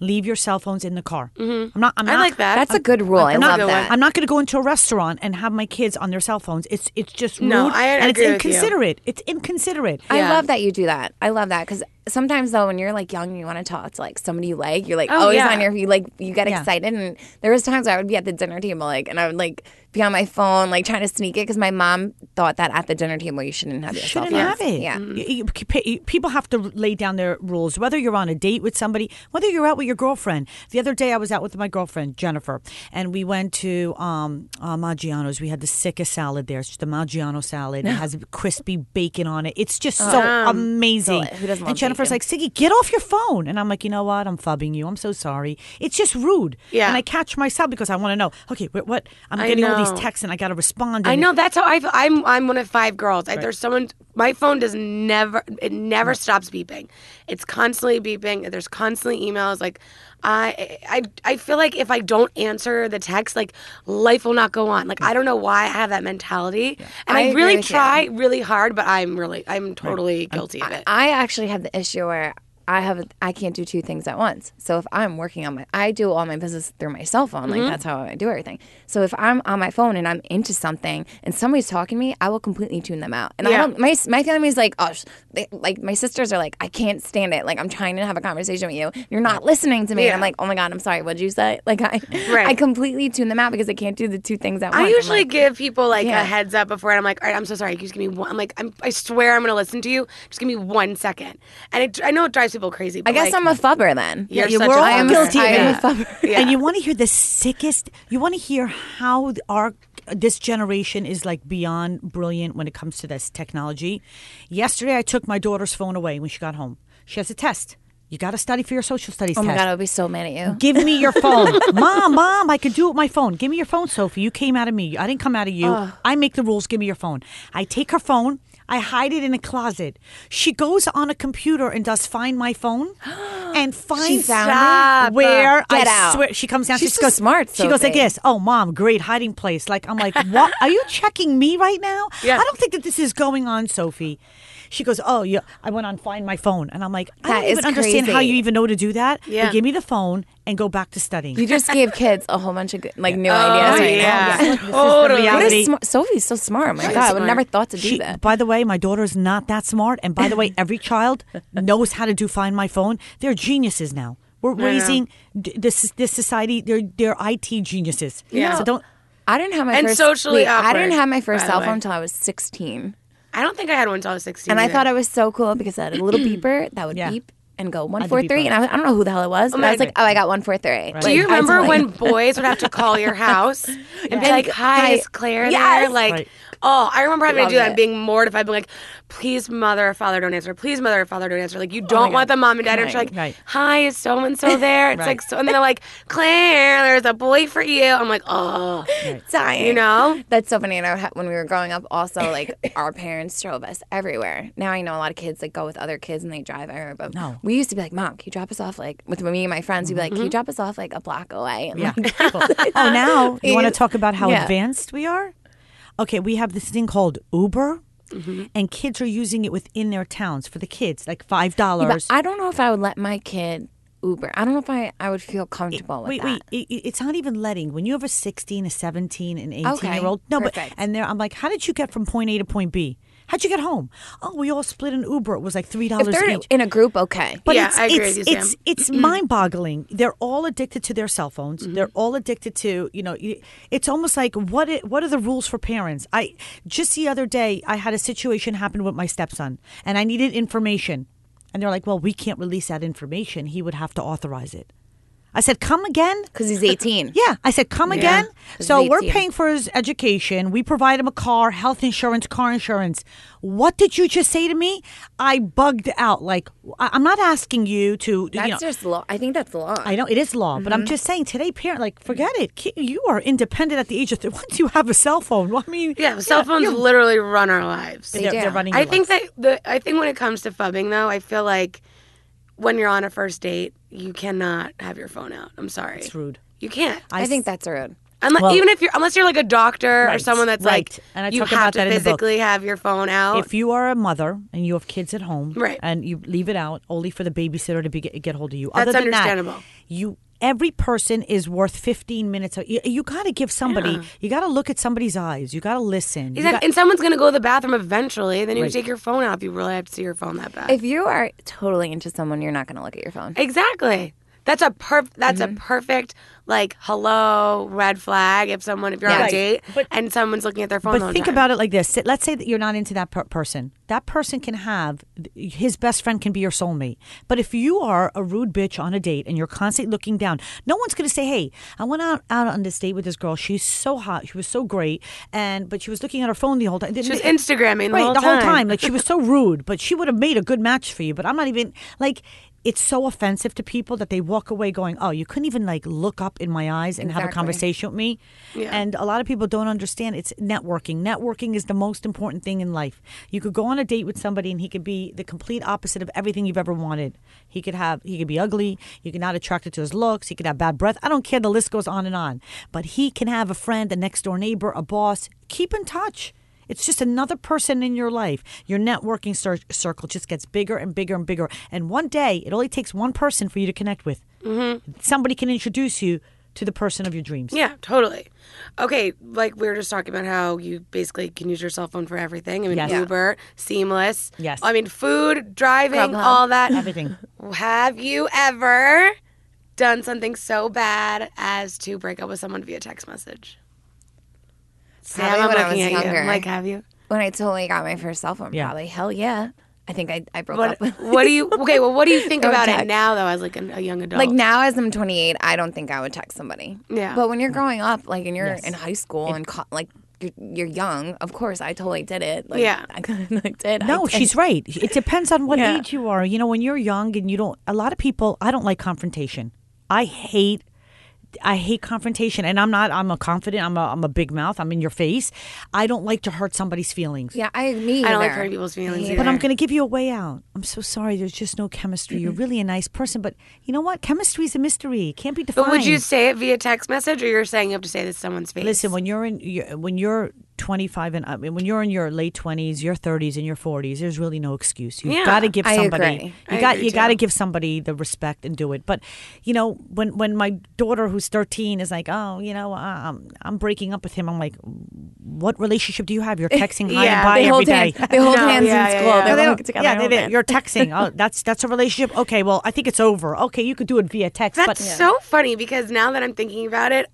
S4: leave your cell phones in the car I'm not I'm
S1: Mm-hmm. I
S4: not
S1: like that.
S3: That's a good rule. I
S4: I'm
S3: love
S4: not,
S3: that.
S4: I'm not going to go into a restaurant and have my kids on their cell phones. It's it's just rude
S1: No, I
S4: and it's
S1: agree with you.
S4: inconsiderate. It's inconsiderate.
S1: Yeah.
S3: I love that you do that. I love that because sometimes though, when you're like young and you want to talk to like somebody you like, you're like
S1: Oh,
S3: always
S1: yeah.
S3: on your you like you get
S4: Yeah.
S3: excited. And there was times where I would be at the dinner table like, and I would like be on my phone, like trying to sneak it because my mom thought that at the dinner table you shouldn't have your cell
S4: shouldn't
S3: phone.
S4: have it.
S3: Yeah.
S4: You- you- p- p- people have to lay down their rules. Whether you're on a date with somebody, whether you're out with your girlfriend. The other day, I was out with my girlfriend Jennifer, and we went to um, uh, Maggiano's. We had the sickest salad there. It's just a Maggiano salad. It has crispy bacon on it. It's just so amazing.
S3: Deli- who doesn't love
S4: and Jennifer's
S3: bacon?
S4: like, "Siggy, get off your phone." And I'm like, "You know what? I'm fubbing you. I'm so sorry. It's just rude."
S1: Yeah.
S4: And I catch myself because I want to know. Okay, wait, what? I'm
S1: I
S4: getting all
S1: know.
S4: these texts, and I got to respond.
S1: I
S4: and-
S1: know that's how I. feel. I'm I'm one of five girls. I, there's someone. My phone does never. It never stops beeping. It's constantly beeping. There's constantly emails. Like, I I I feel like if I don't answer the text, like life will not go on. Like
S4: Mm.
S1: I don't know why I have that mentality, and
S3: I
S1: I,
S3: agree
S1: really
S3: with you.
S1: try really hard, but I'm really I'm totally guilty of it.
S3: I actually have the issue where I have I can't do two things at once. So if I'm working on my I do all my business through my cell phone,
S1: Mm-hmm.
S3: like that's how I do everything. So if I'm on my phone and I'm into something and somebody's talking to me, I will completely tune them out. And I
S1: Yeah.
S3: don't my my family is like, "Oh, sh- they, like my sisters are like, I can't stand it. Like I'm trying to have a conversation with you. You're not listening to me." And I'm
S1: Yeah.
S3: like, "Oh my god, I'm sorry. What'd you say?" (laughs) Like I
S1: Right.
S3: I completely tune them out because I can't do the two things at once.
S1: I
S3: I'm
S1: usually
S3: like,
S1: give people like
S3: Yeah.
S1: a heads up before, and I'm like, all right, I'm so sorry. Can you Just give me one. I'm like, I'm, I swear I'm going to listen to you. Just give me one second. And it, I know it drives people crazy. But
S3: I guess
S1: like,
S3: I'm a fubber then.
S1: You're
S4: Yeah,
S1: such
S4: we're
S1: a
S4: all
S1: lover.
S4: guilty of
S3: I am a
S4: that. (laughs)
S3: fubber.
S1: Yeah.
S4: And you want to hear the sickest. You want to hear how th- our this generation is like beyond brilliant when it comes to this technology. Yesterday, I took my daughter's phone away when she got home. She has a test. You got to study for your social studies
S3: Oh my
S4: test.
S3: god, I would be so mad at you.
S4: Give me your phone. (laughs) mom, mom, I could do it with my phone. Give me your phone, Sophie. You came out of me. I didn't come out of you.
S3: Uh.
S4: I make the rules. Give me your phone. I take her phone. I hide it in a closet. She goes on a computer and does find my
S3: (gasps)
S4: phone and finds
S3: found it?
S4: out where
S3: Get
S4: I
S3: out.
S4: swear she comes down.
S3: She's
S4: she
S3: so
S4: goes
S3: smart,
S4: She goes like
S3: Sophie.
S4: this. Oh, mom, great hiding place. Like I'm like, what? Are you checking me right now?
S1: Yeah.
S4: I don't think that this is going on, Sophie. She goes, oh, yeah. I went on find my phone, and I'm like, I
S3: That
S4: don't even
S3: is
S4: understand how
S3: crazy.
S4: you even know to do that. But
S1: Yeah.
S4: give me the phone and go back to studying.
S3: You just gave kids a whole bunch of good, like new
S1: Oh,
S3: ideas right
S1: yeah.
S3: now.
S1: (laughs) Totally.
S3: What
S4: Reality.
S3: is sm- Sophie's so smart. Oh my God, I would
S1: smart.
S3: never thought to do
S4: She-
S3: that.
S4: by the way, my daughter is not that smart, and by the way, every
S3: (laughs)
S4: child knows how to do Find My Phone. They're geniuses now. We're raising d- this this society. They're they're IT geniuses.
S1: Yeah.
S4: So don't.
S3: I didn't have my
S1: And
S3: first
S1: socially
S3: wait, I didn't
S1: awkward,
S3: have my first
S1: by the
S3: cell
S1: way.
S3: phone until I was
S1: (clears throat)
S3: sixteen,
S1: I don't think I had one until I was 16.
S3: and I
S1: either.
S3: thought I was so cool because I had
S1: (clears throat)
S3: a little beeper that would
S4: Yeah.
S3: beep and go one
S4: the
S3: four three,
S4: beeper.
S3: and I, I don't know who the hell it was, but I was
S1: my-
S3: like, oh, I got one four three.
S1: Do you remember when boys would have to call your house and be like, "Hi, is Claire there?"
S3: Yes.
S1: Like,
S4: Right.
S1: oh, I remember having to
S3: Love
S1: do that, and
S3: it.
S1: being mortified, being like, "Please, mother or father, don't answer. Please, mother or father, don't answer." Like, you don't want the mom and dad, and you're like,
S4: Right.
S1: "Hi, is so and so there?" It's
S4: Right.
S1: like, so, and then they're like, "Claire, there's a boy for you." I'm like, oh,
S3: dying?
S1: you know,
S3: That's so funny. And I, ha- when we were growing up,
S4: (laughs)
S3: also like our parents drove us everywhere. Now I know a lot of kids like go with other kids and they drive everywhere. But
S4: No. Mm-hmm.
S3: we used to be like, "Mom, can you drop us off?" Like with me and my friends, we'd be like, "Can you drop us off like a block away?" And,
S4: (laughs) Yeah.
S3: like, (laughs)
S4: Cool. oh, now you want to
S3: Yes.
S4: talk about how
S3: Yeah.
S4: advanced we are? Okay, we have this thing called Uber,
S3: Mm-hmm.
S4: and kids are using it within their towns for the kids, like five
S3: but
S4: dollars.
S3: I don't know if I would let my kid Uber. I don't know if I, I would feel comfortable with
S4: wait,
S3: that.
S4: wait. It, it- it's not even letting. When you have a 16, a 17, an 18
S3: Okay,
S4: year old, no,
S3: perfect.
S4: but and there, I'm like, how did you get from point A to point B? How'd you get home? Oh, we all split an Uber. It was like three
S3: If
S4: dollars
S3: they're in-
S4: each.
S3: in a group, okay.
S4: But
S1: Yeah,
S4: it's,
S1: I agree
S4: it's,
S1: with you, Sam.
S4: It's, it's
S3: Mm-hmm.
S4: mind-boggling. They're all addicted to their cell phones. They're all addicted to, you know, y- it's almost like what it, what are the rules for parents? I just the other day I had a situation happen with my stepson and I needed information. And they're like, "Well, we can't release that information. He would have to authorize it." I said, "Come again?"
S3: Because he's 18.
S4: (laughs) Yeah, I said, come again.
S3: This
S4: So
S3: is
S4: we're
S3: 18.
S4: paying for his education. We provide him a car, health insurance, car insurance. What did you just say to me? I bugged out. Like, I- I'm not asking you to.
S3: That's Mm-hmm.
S4: you know,
S3: just law. I think that's law.
S4: I know it is law, but I'm just saying today, parent, like, forget it. Ki- You are independent at the age of th- (laughs) once you have a cell phone. I mean,
S1: yeah, cell phones literally run our lives.
S4: they're,
S3: do.
S4: they're running.
S1: I
S4: your
S1: think
S4: lives.
S1: that the I think when it comes to fubbing though, I feel like when you're on a first date, you cannot have your phone out. I'm sorry.
S4: it's rude.
S1: You can't.
S3: I think that's rude.
S1: Unless,
S4: well-
S1: even if you're unless you're like a doctor or
S4: Right,
S1: someone that's
S4: right.
S1: like
S4: And I
S1: you
S4: talk
S1: have
S4: about
S1: to
S4: that in the book.
S1: physically have your phone out.
S4: If you are a mother and you have kids at home,
S1: Right.
S4: and you leave it out only for the babysitter to be, get, get hold of you.
S1: That's
S4: Other than
S1: understandable.
S4: That, you every person is worth 15 minutes. of- You, you got to give somebody. You got to look at somebody's eyes. You got to listen. You
S1: Exactly.
S4: got-
S1: and someone's gonna go to the bathroom eventually, then you take your phone out if you really have to see your phone that bad.
S3: If you are totally into someone, you're not going to look at your phone.
S1: exactly. That's a perf. That's
S4: Mm-hmm.
S1: a perfect like hello red flag if someone if you're on a
S4: Right.
S1: date
S4: But-
S1: and someone's looking at their phone. the
S4: But
S1: whole
S4: think
S1: time.
S4: about it like this. Let's say that you're not into that per- person. That person can have his best friend can be your soulmate. But if you are a rude bitch on a date and you're constantly looking down, no one's going to say, "Hey, I went out, out on this date with this girl. She's so hot. She was so great, and but she was looking at her phone the whole time.
S1: She was Instagramming the
S4: right,
S1: whole
S4: the whole
S1: time.
S4: time. Like she
S1: (laughs)
S4: was so rude, but she would have made a good match for you. But I'm not even like. It's so offensive to people that they walk away going, "Oh, you couldn't even like look up in my eyes and have a
S3: Exactly.
S4: conversation with me." And a lot of people don't understand it's networking. Networking is the most important thing in life. You could go on a date with somebody and he could be the complete opposite of everything you've ever wanted. He could have he could be ugly, you could not attracted to his looks, he could have bad breath. I don't care, the list goes on and on. But he can have a friend, a next door neighbor, a boss. Keep in touch. It's just another person in your life. Your networking cir- circle just gets bigger and bigger and bigger. And one day, it only takes one person for you to connect with. Somebody can introduce you to the person of your dreams.
S1: Yeah, totally. Okay, like we were just talking about how you basically can use your cell phone for everything. I mean,
S4: Yes.
S1: Uber, Seamless.
S4: Yes.
S1: I mean, food, driving,
S3: Grubhub.
S1: all that. (laughs)
S4: Everything.
S1: Have you ever done something so bad as to break up with someone via text message? Sam,
S3: Probably
S1: I'm
S3: when I
S1: looking
S3: was
S1: at you.
S3: younger.
S1: I'm like, have you?
S3: When I totally got my first cell phone,
S4: Yeah.
S3: probably hell yeah. I think I, I broke
S1: What,
S3: up. with-
S1: what do you? Okay, well, what do you think
S3: No
S1: about it
S3: text.
S1: now, though, as like an, a young adult?
S3: Like now, as I'm 28, I don't think I would text somebody.
S1: Yeah.
S3: But when you're growing up, like and you're
S4: Yes.
S3: in high school and co- like you're, you're young, of course, I totally did it. Like,
S1: Yeah.
S3: (laughs) I like, did. I
S4: No,
S3: did.
S4: she's right. It depends on what
S3: Yeah.
S4: age you are. You know, when you're young and you don't, a lot of people, I don't like confrontation. I hate. I hate confrontation, and I'm not. I'm a confident. I'm a. I'm a big mouth. I'm in your face. I don't like to hurt somebody's feelings.
S3: Yeah, I me.
S1: I don't like
S3: either.
S1: hurting people's feelings
S3: Yeah.
S1: either.
S4: But I'm going to give you a way out. I'm so sorry. There's just no chemistry. You're really a nice person, but you know what? Chemistry's a mystery. It can't be
S1: but
S4: defined.
S1: would you say it via text message, or you're saying you have to say this to someone's face?
S4: Listen, when you're in your, when you're 25 and up, and when you're in your late 20s, your 30s, and your 40s, there's really no excuse. You've
S1: Yeah,
S4: got to give
S3: I
S4: somebody.
S3: agree.
S4: You
S1: I
S4: got
S1: agree
S4: you got to
S1: too.
S4: give somebody the respect and do it. But you know, when when my daughter who's 13 is like, oh, you know, um, I'm breaking up with him. I'm like, what relationship do you have? You're texting high
S1: Yeah,
S4: and by
S3: They
S4: every
S3: hold
S4: day.
S3: hands. They
S1: (laughs)
S3: hold
S1: No,
S3: hands
S1: yeah,
S3: in
S1: yeah,
S3: school.
S1: yeah.
S3: They
S1: No,
S4: (laughs) No,
S3: don't
S4: they
S3: look
S4: don't-
S3: together.
S4: yeah,
S3: they
S4: they,
S3: hold
S4: they,
S3: hands.
S4: you're texting. Oh, that's that's a relationship. Okay, well, I think it's over. Okay, you could do it via text.
S1: That's
S4: but
S1: so funny because now that I'm thinking about it,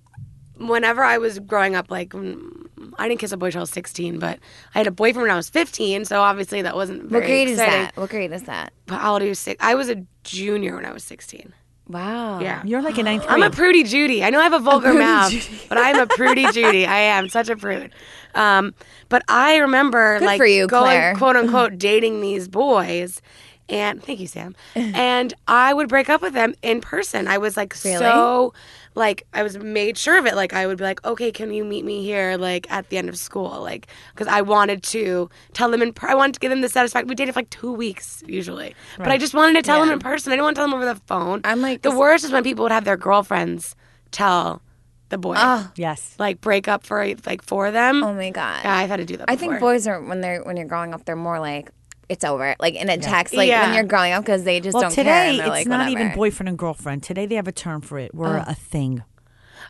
S1: whenever I was growing up, like mm, I didn't kiss a boy till I was 16, but I had a boyfriend when I was 15, so obviously that wasn't very
S3: What grade is
S1: exciting.
S3: that? What grade is that?
S1: But I'll do six. I was a junior when I was 16.
S3: Wow.
S1: Yeah.
S4: you're like a ninth grade.
S1: I'm a prudy Judy. I know I have a vulgar
S3: prudy
S1: mouth,
S3: Judy.
S1: but I'm a
S3: (laughs)
S1: prudy Judy. I am such a prude. Um, but I remember
S3: Good
S1: like
S3: for you,
S1: going
S3: Claire.
S1: quote
S3: (laughs)
S1: unquote dating these boys. And thank you, Sam. And I would break up with them in person. I was like
S3: Really?
S1: so, like I was made sure of it. Like I would be like, okay, can you meet me here? Like at the end of school, like because I wanted to tell them in. Per- I wanted to give them the satisfaction. We dated for like two weeks usually, but I just wanted to tell them in person. I didn't want to tell them over the phone.
S3: I'm like
S1: the
S3: this-
S1: worst is when people would have their girlfriends tell the boy
S4: yes.
S1: like break up for like for them.
S3: Ah. Oh my god.
S1: Yeah, I've had to do that.
S3: I
S1: before.
S3: think boys are when they're when you're growing up, they're more like it's over. Like in a text, like
S1: Yeah.
S3: when you're growing up, because they just
S4: Well,
S3: don't
S4: today
S3: care. and they're
S4: it's
S3: like,
S4: not even
S3: whatever.
S4: boyfriend and girlfriend. Today they have a term for it. We're a thing.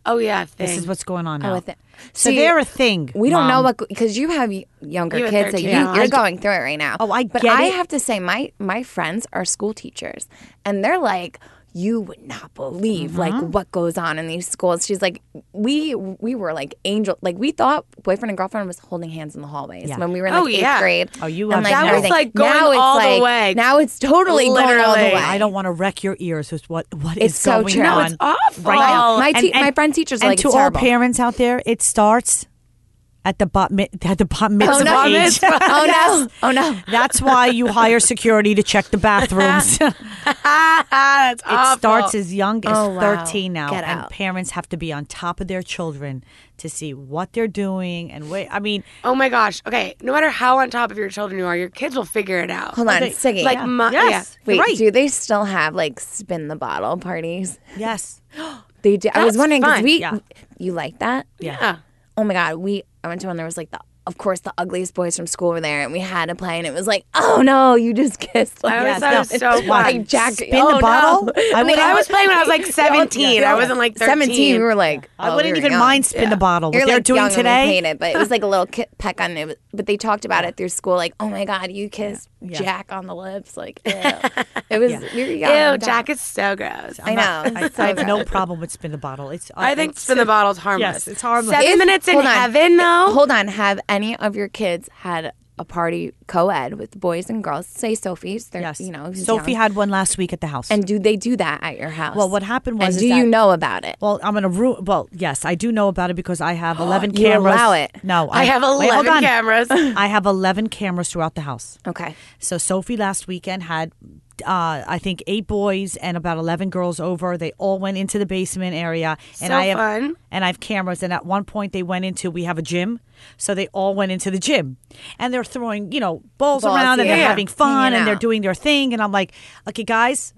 S1: Oh yeah, thing.
S4: This is what's going on
S3: Oh,
S4: now.
S3: a thi-
S4: so
S3: See,
S4: they're a thing.
S3: We don't know
S4: Mom.
S3: what because you have y- younger
S1: You have
S3: kids that
S1: 13
S3: you,
S1: year olds.
S3: you're
S1: I-
S3: going through it right now.
S4: Oh, I
S3: but
S4: get
S3: I
S4: it.
S3: have to say, my my friends are school teachers, and they're like, you would not believe like
S4: Mm-hmm.
S3: what goes on in these schools. She's like, we we were like angel, like we thought boyfriend and girlfriend was holding hands in the hallways
S4: Yeah.
S3: when we were in
S1: Oh,
S3: like eighth
S1: yeah.
S3: grade.
S4: Oh, you have
S3: and, like,
S4: That was,
S3: everything.
S1: like, going
S3: now it's
S1: all the
S3: like,
S1: way.
S3: Now it's totally going all the
S1: Literally.
S3: way.
S4: I don't want to wreck your ears with what what is
S3: It's so
S4: going
S3: true. No,
S4: on.
S3: it's
S1: awful.
S4: Right
S1: (laughs)
S4: now.
S3: My te- my friend teachers are
S4: and
S3: like,
S4: to
S3: "It's
S4: all
S3: terrible."
S4: parents out there, it starts at the bat mi- at the bat mitzvah
S3: Oh, no.
S4: age.
S3: (laughs) Oh no! Oh no!
S4: (laughs) That's why you hire security to check the
S3: (laughs)
S4: bathrooms. it
S1: That's awful.
S4: starts as young as
S3: Ah, Oh, wow.
S4: 13 now,
S3: Get
S4: and
S3: out.
S4: parents have to be on top of their children to see what they're doing and wait. I mean,
S1: Oh my gosh. Okay. No matter how on top of your children you are, your kids will figure it out.
S3: Hold on,
S4: Okay,
S3: Siggy.
S1: Like my,
S4: Yes.
S3: Wait,
S4: Right.
S3: do they still have like spin the bottle parties?
S4: yes,
S3: They do. I was
S1: That's
S3: wondering because
S1: fun.
S3: we,
S4: Yeah.
S3: you like that?
S1: yeah.
S4: Yeah.
S1: Yeah.
S3: Oh my god, we. I went to one. There was like the of course, the ugliest boys from school were there, and we had to play, and it was like, oh no, you just (laughs) kissed. Like,
S1: I always
S4: Yes,
S1: thought
S4: no,
S1: it was so
S4: it's fun.
S1: fun.
S3: like Jack,
S4: Spin
S3: oh,
S4: the bottle?
S3: (laughs) No.
S4: I would-
S1: I was playing when I was,
S3: (laughs)
S1: like, 17. I wasn't, like,
S3: 17. We were like,
S4: I
S3: oh, we
S4: wouldn't
S3: were
S4: even
S3: young.
S4: mind spin the bottle. What
S3: You're
S4: they're
S3: like
S4: doing
S3: young when we
S4: today.
S3: played it, but it was like a little ki- peck on it. But they talked about it through school, like, "Oh my God, you kissed Jack on the
S1: (laughs)
S3: lips!" Like, ew. it was we were young
S1: Oh, Ew,
S3: and dumb.
S1: Jack is so gross.
S3: I know.
S4: I,
S3: it's (laughs) so
S4: I have no
S3: gross.
S4: problem with spin the bottle. It's
S1: I think spin the bottle's harmless.
S4: yes, it's harmless.
S1: Seven
S3: If-
S1: minutes in
S3: hold on.
S1: heaven, though.
S3: Hold on. Have any of your kids had a party co-ed with boys and girls? Say Sophie's. They're,
S4: yes.
S3: you know, who's
S4: Sophie
S3: young.
S4: had one last week at the house.
S3: And do they do that at your house?
S4: Well, what happened was
S3: And
S4: is
S3: do
S4: that-
S3: you know about it?
S4: well, I'm gonna ruin. Well, yes, I do know about it because I have 11
S3: (gasps) You
S4: cameras.
S3: allow it.
S4: No,
S1: I have
S4: wait,
S1: 11
S4: hold on.
S1: cameras.
S4: (laughs) I have 11 cameras throughout the house.
S3: Okay.
S4: So Sophie last weekend had, uh, I think, eight boys and about eleven girls over. They all went into the basement area, and
S1: So
S4: I have
S1: fun.
S4: and I have cameras. And at one point, they went into we have a gym, so they all went into the gym, and they're throwing you know balls,
S3: Balls,
S4: around, and
S3: yeah.
S4: they're having fun,
S3: Hanging
S4: and they're
S3: out.
S4: doing their thing. And I'm like, okay, guys.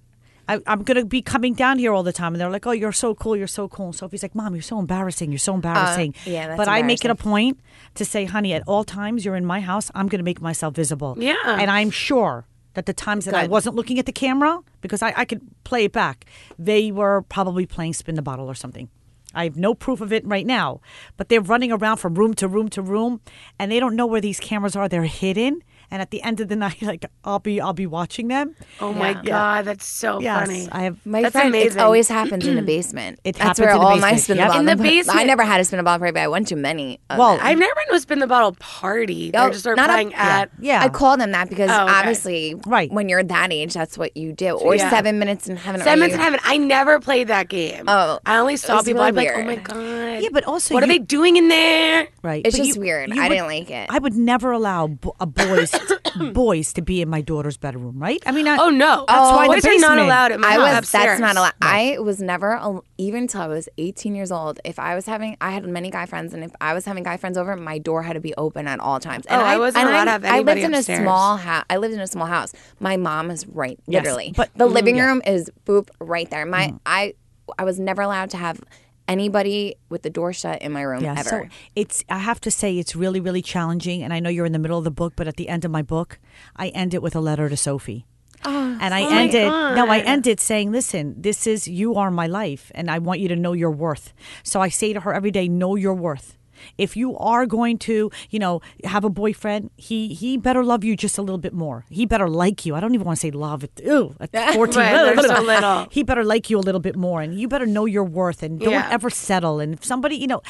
S4: I, I'm gonna be coming down here all the time, and they're like, "Oh, you're so cool, you're so cool." And Sophie's like, "Mom, you're so embarrassing, you're so embarrassing."
S3: Uh, yeah, that's
S4: but I make it a
S3: embarrassing.
S4: point to say, "Honey, at all times you're in my house, I'm gonna make myself visible."
S1: Yeah.
S4: and I'm sure that the times that I
S3: Good.
S4: wasn't looking at the camera, because I, I could play it back, they were probably playing spin the bottle or something. I have no proof of it right now, but they're running around from room to room to room, and they don't know where these cameras are. They're hidden, and at the end of the (laughs) night, like I'll be, I'll be watching them.
S1: Oh my God, that's so
S4: Yes,
S1: funny.
S4: I have.
S3: My
S1: That's
S3: friend,
S1: amazing.
S3: it always
S4: (clears throat)
S3: happens in the basement.
S4: It
S3: That's
S4: happens
S3: where
S4: in the
S3: all my
S4: basement,
S3: spin
S4: yep.
S3: the
S1: In
S3: bottle.
S1: the
S3: (laughs) I
S1: basement.
S3: never had a spin the bottle party, but I went to many. Of
S4: Well,
S3: them.
S1: I've never been to a spin the bottle party. They're
S3: Oh,
S1: just sort of
S3: not a-
S1: playing at.
S4: yeah.
S3: I call them that because
S1: Oh, okay.
S3: obviously,
S4: Right.
S3: when you're that age, that's what you do. Or
S1: yeah.
S3: seven minutes in heaven. or
S1: Seven minutes in
S3: you-
S1: heaven. I never played that game.
S3: Oh,
S1: I only saw
S3: was
S1: people.
S3: really
S1: I'd be like, oh my
S3: weird.
S1: God.
S4: Yeah, but also
S1: What are
S4: you-
S1: they doing in there?
S4: Right.
S3: It's
S4: But
S3: just weird. I didn't like it.
S4: I would never allow bo- a boys (coughs) boys to be in my daughter's bedroom, right? I mean, I,
S1: Oh no.
S4: (laughs) That's why
S1: Boys
S4: the
S1: are not
S4: basement.
S1: allowed at my
S3: I
S1: house.
S3: was.
S1: upstairs.
S3: That's not allowed. I was never al- even till I was 18 years old. If I was having, I had many guy friends, and if I was having guy friends over, my door had to be open at all times. And
S1: Oh, I wasn't
S3: and
S1: allowed to have anybody
S3: I lived
S1: upstairs.
S3: in a small house. I lived in a small house. My mom is right,
S4: Yes,
S3: literally.
S4: but-
S3: the
S4: Mm,
S3: living
S4: yeah.
S3: room is boop right there. My
S1: Mm.
S3: I I was never allowed to have anybody with the door shut in my room
S4: Yeah,
S3: ever.
S4: so it's I have to say it's really really challenging, and I know you're in the middle of the book, but at the end of my book, I end it with a letter to Sophie.
S1: Oh,
S4: and I end it. No, I end it saying, "Listen, this is you are my life, and I want you to know your worth." So I say to her every day, "Know your worth." If you are going to, you know, have a boyfriend, he he better love you just a little bit more. He better like you. I don't even want to say love. At,
S1: (laughs)
S4: ew, at fourteen, (laughs)
S1: Right, they're so little.
S4: he better like you a little bit more and you better know your worth and don't
S1: Yeah.
S4: ever settle and if somebody you know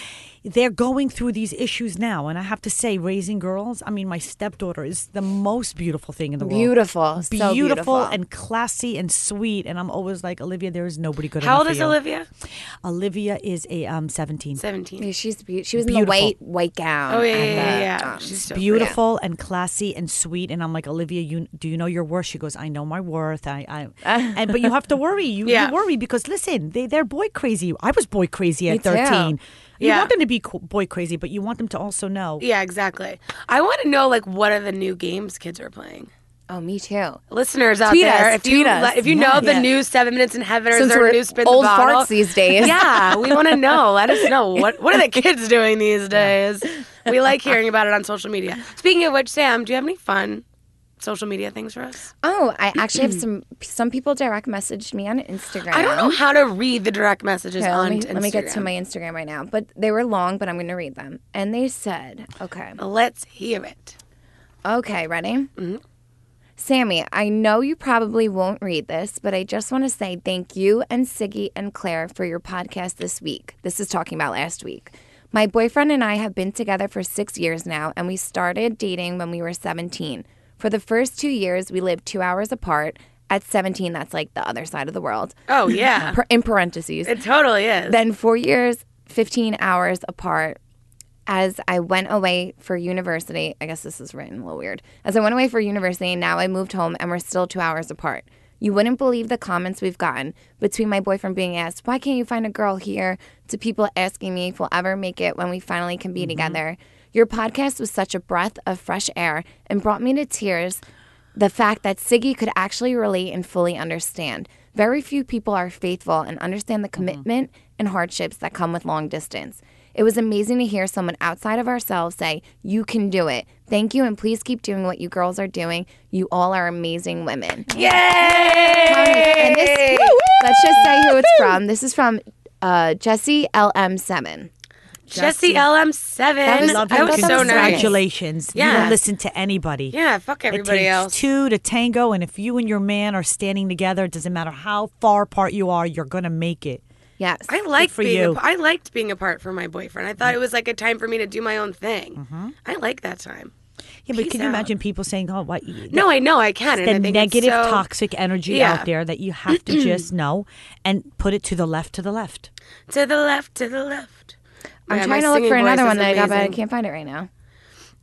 S4: they're going through these issues now and i have to say raising girls i mean my stepdaughter is the most beautiful thing in the
S3: Beautiful,
S4: world
S3: so beautiful.
S4: and classy and sweet and i'm always like olivia there is nobody good
S1: How
S4: enough
S1: old
S4: for
S1: is
S4: you.
S1: Olivia?
S4: olivia is a um 17
S3: Yeah,
S1: 17.
S3: she's be- she was in the
S4: Beautiful.
S3: white white gown.
S1: Oh, yeah,
S3: at
S1: yeah, yeah.
S3: the,
S1: yeah.
S3: um,
S1: She's so
S4: beautiful and classy and sweet and i'm like olivia you do you know your worth she goes i know my worth i
S1: (laughs)
S4: i and but you have to worry you,
S1: Uh. Yeah.
S4: you worry because listen they, they're boy crazy i was boy crazy at
S3: too.
S4: 13 you
S1: Yeah.
S4: want them to be co- boy crazy but you want them to also know
S1: Yeah, exactly. I want to know like what are the new games kids are playing.
S3: Oh, me too.
S1: Listeners out
S3: Tweet
S1: there,
S3: us,
S1: if you
S3: tweet us.
S1: li- if you know the new Seven Minutes in Heaven or is
S3: Since
S1: there a
S3: we're
S1: new spin
S3: old
S1: the bottle,
S3: farts these days.
S1: (laughs) yeah, we want to know. Let us know what what are
S3: (laughs)
S1: the kids doing these days. We like hearing about it on social
S3: (laughs)
S1: media. Speaking of which, Sam, do you have any fun social media things for us?
S3: Oh, I actually
S1: (clears throat)
S3: have some. Some people direct messaged me on Instagram.
S1: I don't know how to read the direct messages
S3: Okay,
S1: on
S3: let, me,
S1: Instagram.
S3: let me get to my Instagram right now. But they were long, but I'm going to read them. And they said, okay,
S1: Let's hear it.
S3: okay, ready? Sammy, I know you probably won't read this, but I just want to say thank you and Siggy and Claire for your podcast this week. This is talking about last week. My boyfriend and I have been together for six years now, and we started dating when we were 17. For the first two years, we lived two hours apart. At 17, that's like the other side of the world.
S1: Oh
S3: (laughs)
S1: yeah,
S3: Per- In parentheses.
S1: it totally is.
S3: Then four years, 15 hours apart. As I went away for university, I guess this is written a little weird. As I went away for university, now I moved home and we're still two hours apart. You wouldn't believe the comments we've gotten between my boyfriend being asked, Why can't you find a girl here? to people asking me if we'll ever make it when we finally can be together. Your podcast was such a breath of fresh air and brought me to tears the fact that Siggy could actually relate and fully understand.
S1: Mm-hmm.
S3: Very few people are faithful and understand the commitment and hardships that come with long distance. It was amazing to hear someone outside of ourselves say, You can do it. Thank you, and please keep doing what you girls are doing. You all are amazing women. And this, let's just say who it's from. This is from uh, Jesse LM7.
S1: Jesse LM7.
S3: That was-
S1: That
S3: I
S1: was so nice.
S4: Congratulations. You
S1: Yeah.
S4: don't listen to anybody.
S1: Yeah, fuck everybody
S4: it takes
S1: else.
S4: two to tango, and if you and your man are standing together, it doesn't matter how far apart you are, you're going to make it.
S3: Yes.
S1: I liked
S4: for
S1: being
S4: you. Mm-hmm.
S1: ap- I liked being apart from my boyfriend. I thought it was like a time for me to do my own thing. I like that time.
S4: Yeah, but
S1: Peace
S4: can you
S1: out.
S4: imagine people saying, "Oh, what?"
S1: No, I know I can. and I
S4: the
S1: think it's
S4: negative
S1: so-
S4: toxic energy
S1: Yeah.
S4: out there that
S1: (clears throat)
S4: you have to just know and put it to the left, to the left.
S1: To the left, to the left.
S3: I'm
S1: Yeah, my
S3: trying to look
S1: singing
S3: for another
S1: voice
S3: one
S1: is
S3: that I got, but I
S1: amazing.
S3: can't find it right now.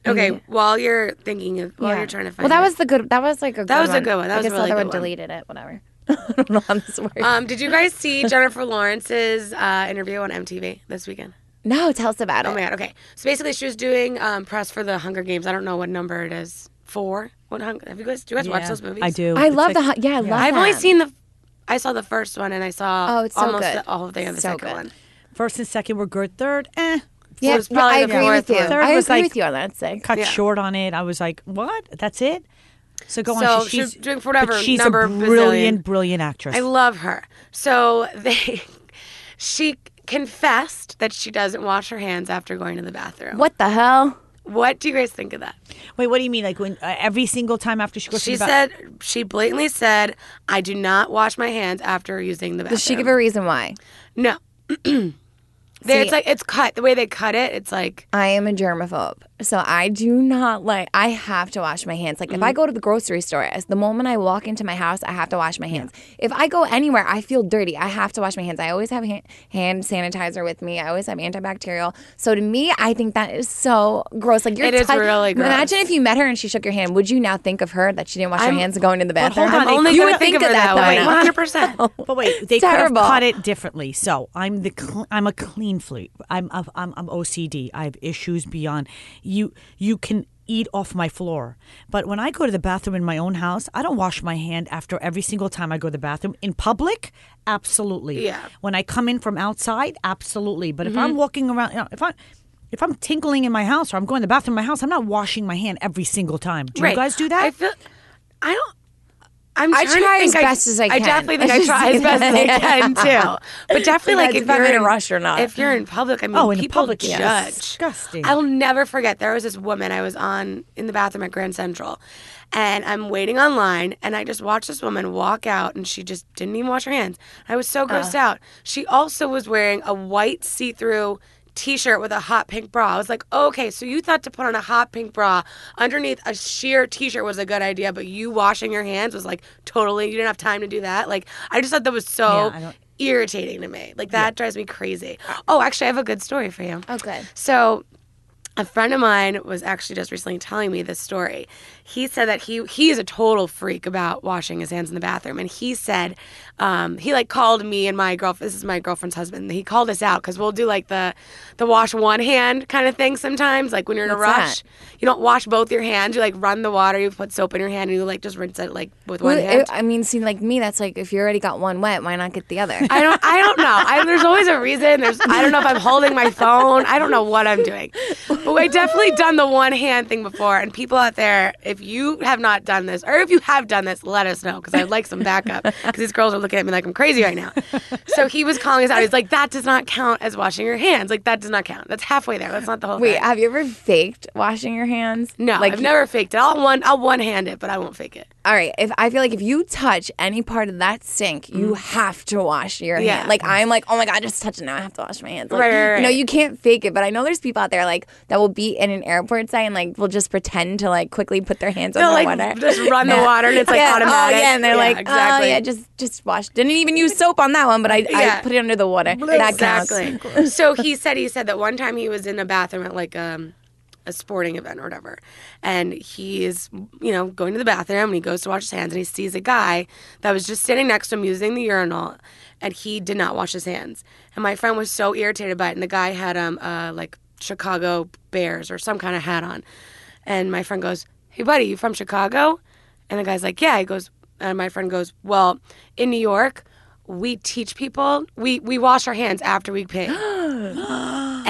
S1: Okay, while you're thinking, of, while
S3: Yeah.
S1: you're trying to find.
S3: Well, that
S1: it.
S3: was the good. That was like a. That
S1: was a good one. That
S3: I
S1: was a
S3: guess
S1: really
S3: the other
S1: good
S3: one
S1: one.
S3: deleted it. Whatever. (laughs) I don't know how this works.
S1: Um, did you guys
S3: (laughs)
S1: see Jennifer Lawrence's uh, interview on MTV this weekend?
S3: no, tell us about
S1: Oh
S3: it.
S1: my god. Okay, so basically she was doing um, press for the Hunger Games. I don't know what number it is. Four. What hung- have you guys? Do you guys watch those movies?
S4: I do.
S3: I
S4: It's like-
S3: love the. hu- Yeah, I love.
S1: I've only
S3: them.
S1: seen the. I saw the first one and I saw
S3: Oh, it's so
S1: almost
S3: good.
S1: the- all of the other
S3: So
S1: second
S3: good.
S1: one.
S4: first and second were good. Third, eh,
S3: Yeah,
S1: it's
S3: no,
S1: probably
S3: I
S1: the
S3: agree
S1: fourth
S3: with you.
S1: one.
S4: Third
S3: I
S4: was
S3: agree
S4: like-
S3: with you on that. Six.
S4: cut
S1: Yeah.
S4: short on it. I was like, "What? That's it." So go
S1: So
S4: on. She-
S1: she's doing
S4: but
S1: whatever
S4: She's
S1: number
S4: a
S1: bazillion.
S4: brilliant, brilliant actress.
S1: I love her. So (laughs) they, she confessed that she doesn't wash her hands after going to the bathroom.
S3: What the hell?
S1: What do you guys think of that?
S4: Wait, what do you mean? Like when uh, every single time after she goes, to
S1: She
S4: the ba-
S1: said she blatantly said, "I do not wash my hands after using the bathroom."
S3: Does she give a reason why?
S1: no? they, it's
S3: See-
S1: like it's cut the way they cut it. It's like
S3: I am a germaphobe, so I do not like. I have to wash my hands. Like if
S1: Mm.
S3: I go to the grocery store, as the moment I walk into my house, I have to wash my hands. If I go anywhere, I feel dirty. I have to wash my hands. I always have hand, hand sanitizer with me. I always have antibacterial. So to me, I think that is so gross. Like you're
S1: It is
S3: tou-
S1: really gross.
S3: Imagine if you met her and she shook your hand. Would you now think of her that she didn't wash her hands going to the
S4: hold
S3: bathroom?
S1: I'm
S4: on, they
S1: only
S4: could
S1: going to
S4: have-
S1: think of
S3: think
S1: it
S3: of
S1: that
S3: that
S1: way.
S3: though. Oh.
S1: One hundred
S3: (laughs)
S1: percent.
S4: But wait, they could have
S3: Terrible.
S4: cut it differently. So I'm the cl- I'm a clean freak. I'm a, I'm I'm OCD. I have issues beyond you. You can eat off my floor, but when I go to the bathroom in my own house, I don't wash my hand after every single time I go to the bathroom in public. Absolutely.
S1: Yeah. Mm-hmm.
S4: When I come in from outside, absolutely. But if I'm walking around, you know, if I. If I'm tinkling in my house or I'm going to the bathroom in my house, I'm not washing my hand every single time. Do you guys do that?
S1: I feel. I don't. I'm
S3: I
S1: trying to
S3: try
S1: think
S3: as best as I
S1: I
S3: can.
S1: definitely (laughs) think I
S3: Let's
S1: try
S3: just
S1: as
S3: say
S1: best as I can too. But definitely, like
S3: Depends
S1: if
S3: if I'm
S1: you're
S3: in a rush or not.
S1: If you're in public, I mean,
S4: Oh, in a
S1: people
S4: public-
S1: judge.
S4: yes. Disgusting.
S1: I'll never forget. There was this woman I was on in the bathroom at Grand Central, and I'm waiting online, and I just watched this woman walk out, and she just didn't even wash her hands. I was so grossed out. She also was wearing a white see-through t-shirt with a hot pink bra. I was like, okay, so you thought to put on a hot pink bra underneath a sheer t-shirt was a good idea, but you washing your hands was like totally you didn't have time to do that. Like I just thought that was so
S4: Yeah, I don't-
S1: irritating to me. Like that drives me crazy. Oh, actually I have a good story for you.
S3: Oh, good.
S1: So a friend of mine was actually just recently telling me this story. He said that he he is a total freak about washing his hands in the bathroom, and he said um, he like called me and my girlfriend. This is my girlfriend's husband. He called us out because we'll do like the the wash one hand kind of thing sometimes. Like when you're in a
S3: What's
S1: rush, you don't wash both your hands. You like run the water. You put soap in your hand and you like just rinse it like with one
S3: Well,
S1: hand.
S3: I mean, see, like me, that's like if you already got one wet, why not get the other?
S1: (laughs) I don't. I don't know. I, there's always a reason. There's. I don't know if I'm holding my phone. I don't know what I'm doing. But I definitely done the one hand thing before. And people out there, if you have not done this, or if you have done this, let us know because I'd like some backup. Because these girls are looking at me like I'm crazy right now. So he was calling us out. He's like, "That does not count as washing your hands. Like that does not count. That's halfway there. That's not the whole
S3: Wait,
S1: thing."
S3: have you ever faked washing your hands?
S1: no,
S3: like
S1: I've never faked it. I'll one. I'll one hand it, but I won't fake it.
S3: All right, if I feel like if you touch any part of that sink, you have to wash your
S1: Mm. Yeah.
S3: hand. Like I'm like, oh my god, just touch it now. I have to wash my hands. Like,
S1: Right, right, right.
S3: You know, you can't fake it, but I know there's people out there like that will be in an airport say and like will just pretend to like quickly put their hands
S1: They'll,
S3: on
S1: like,
S3: the water,
S1: just run the water and it's, like,
S3: (laughs) yeah.
S1: automatic.
S3: Oh yeah, and they're
S1: Yeah,
S3: like,
S1: exactly.
S3: oh yeah, just just wash. Didn't even use soap on that one, but I,
S1: Yeah.
S3: I put it under the water. That counts. (laughs)
S1: exactly. so he said he said that one time he was in a bathroom at like um a sporting event or whatever, and he is you know going to the bathroom and he goes to wash his hands and he sees a guy that was just standing next to him using the urinal, and he did not wash his hands. And my friend was so irritated by it, and the guy had um uh like Chicago Bears or some kind of hat on, and my friend goes, "Hey buddy, you from Chicago?" And the guy's like, "Yeah." He goes, and my friend goes, "Well, in New York." we teach people we we wash our hands after we pee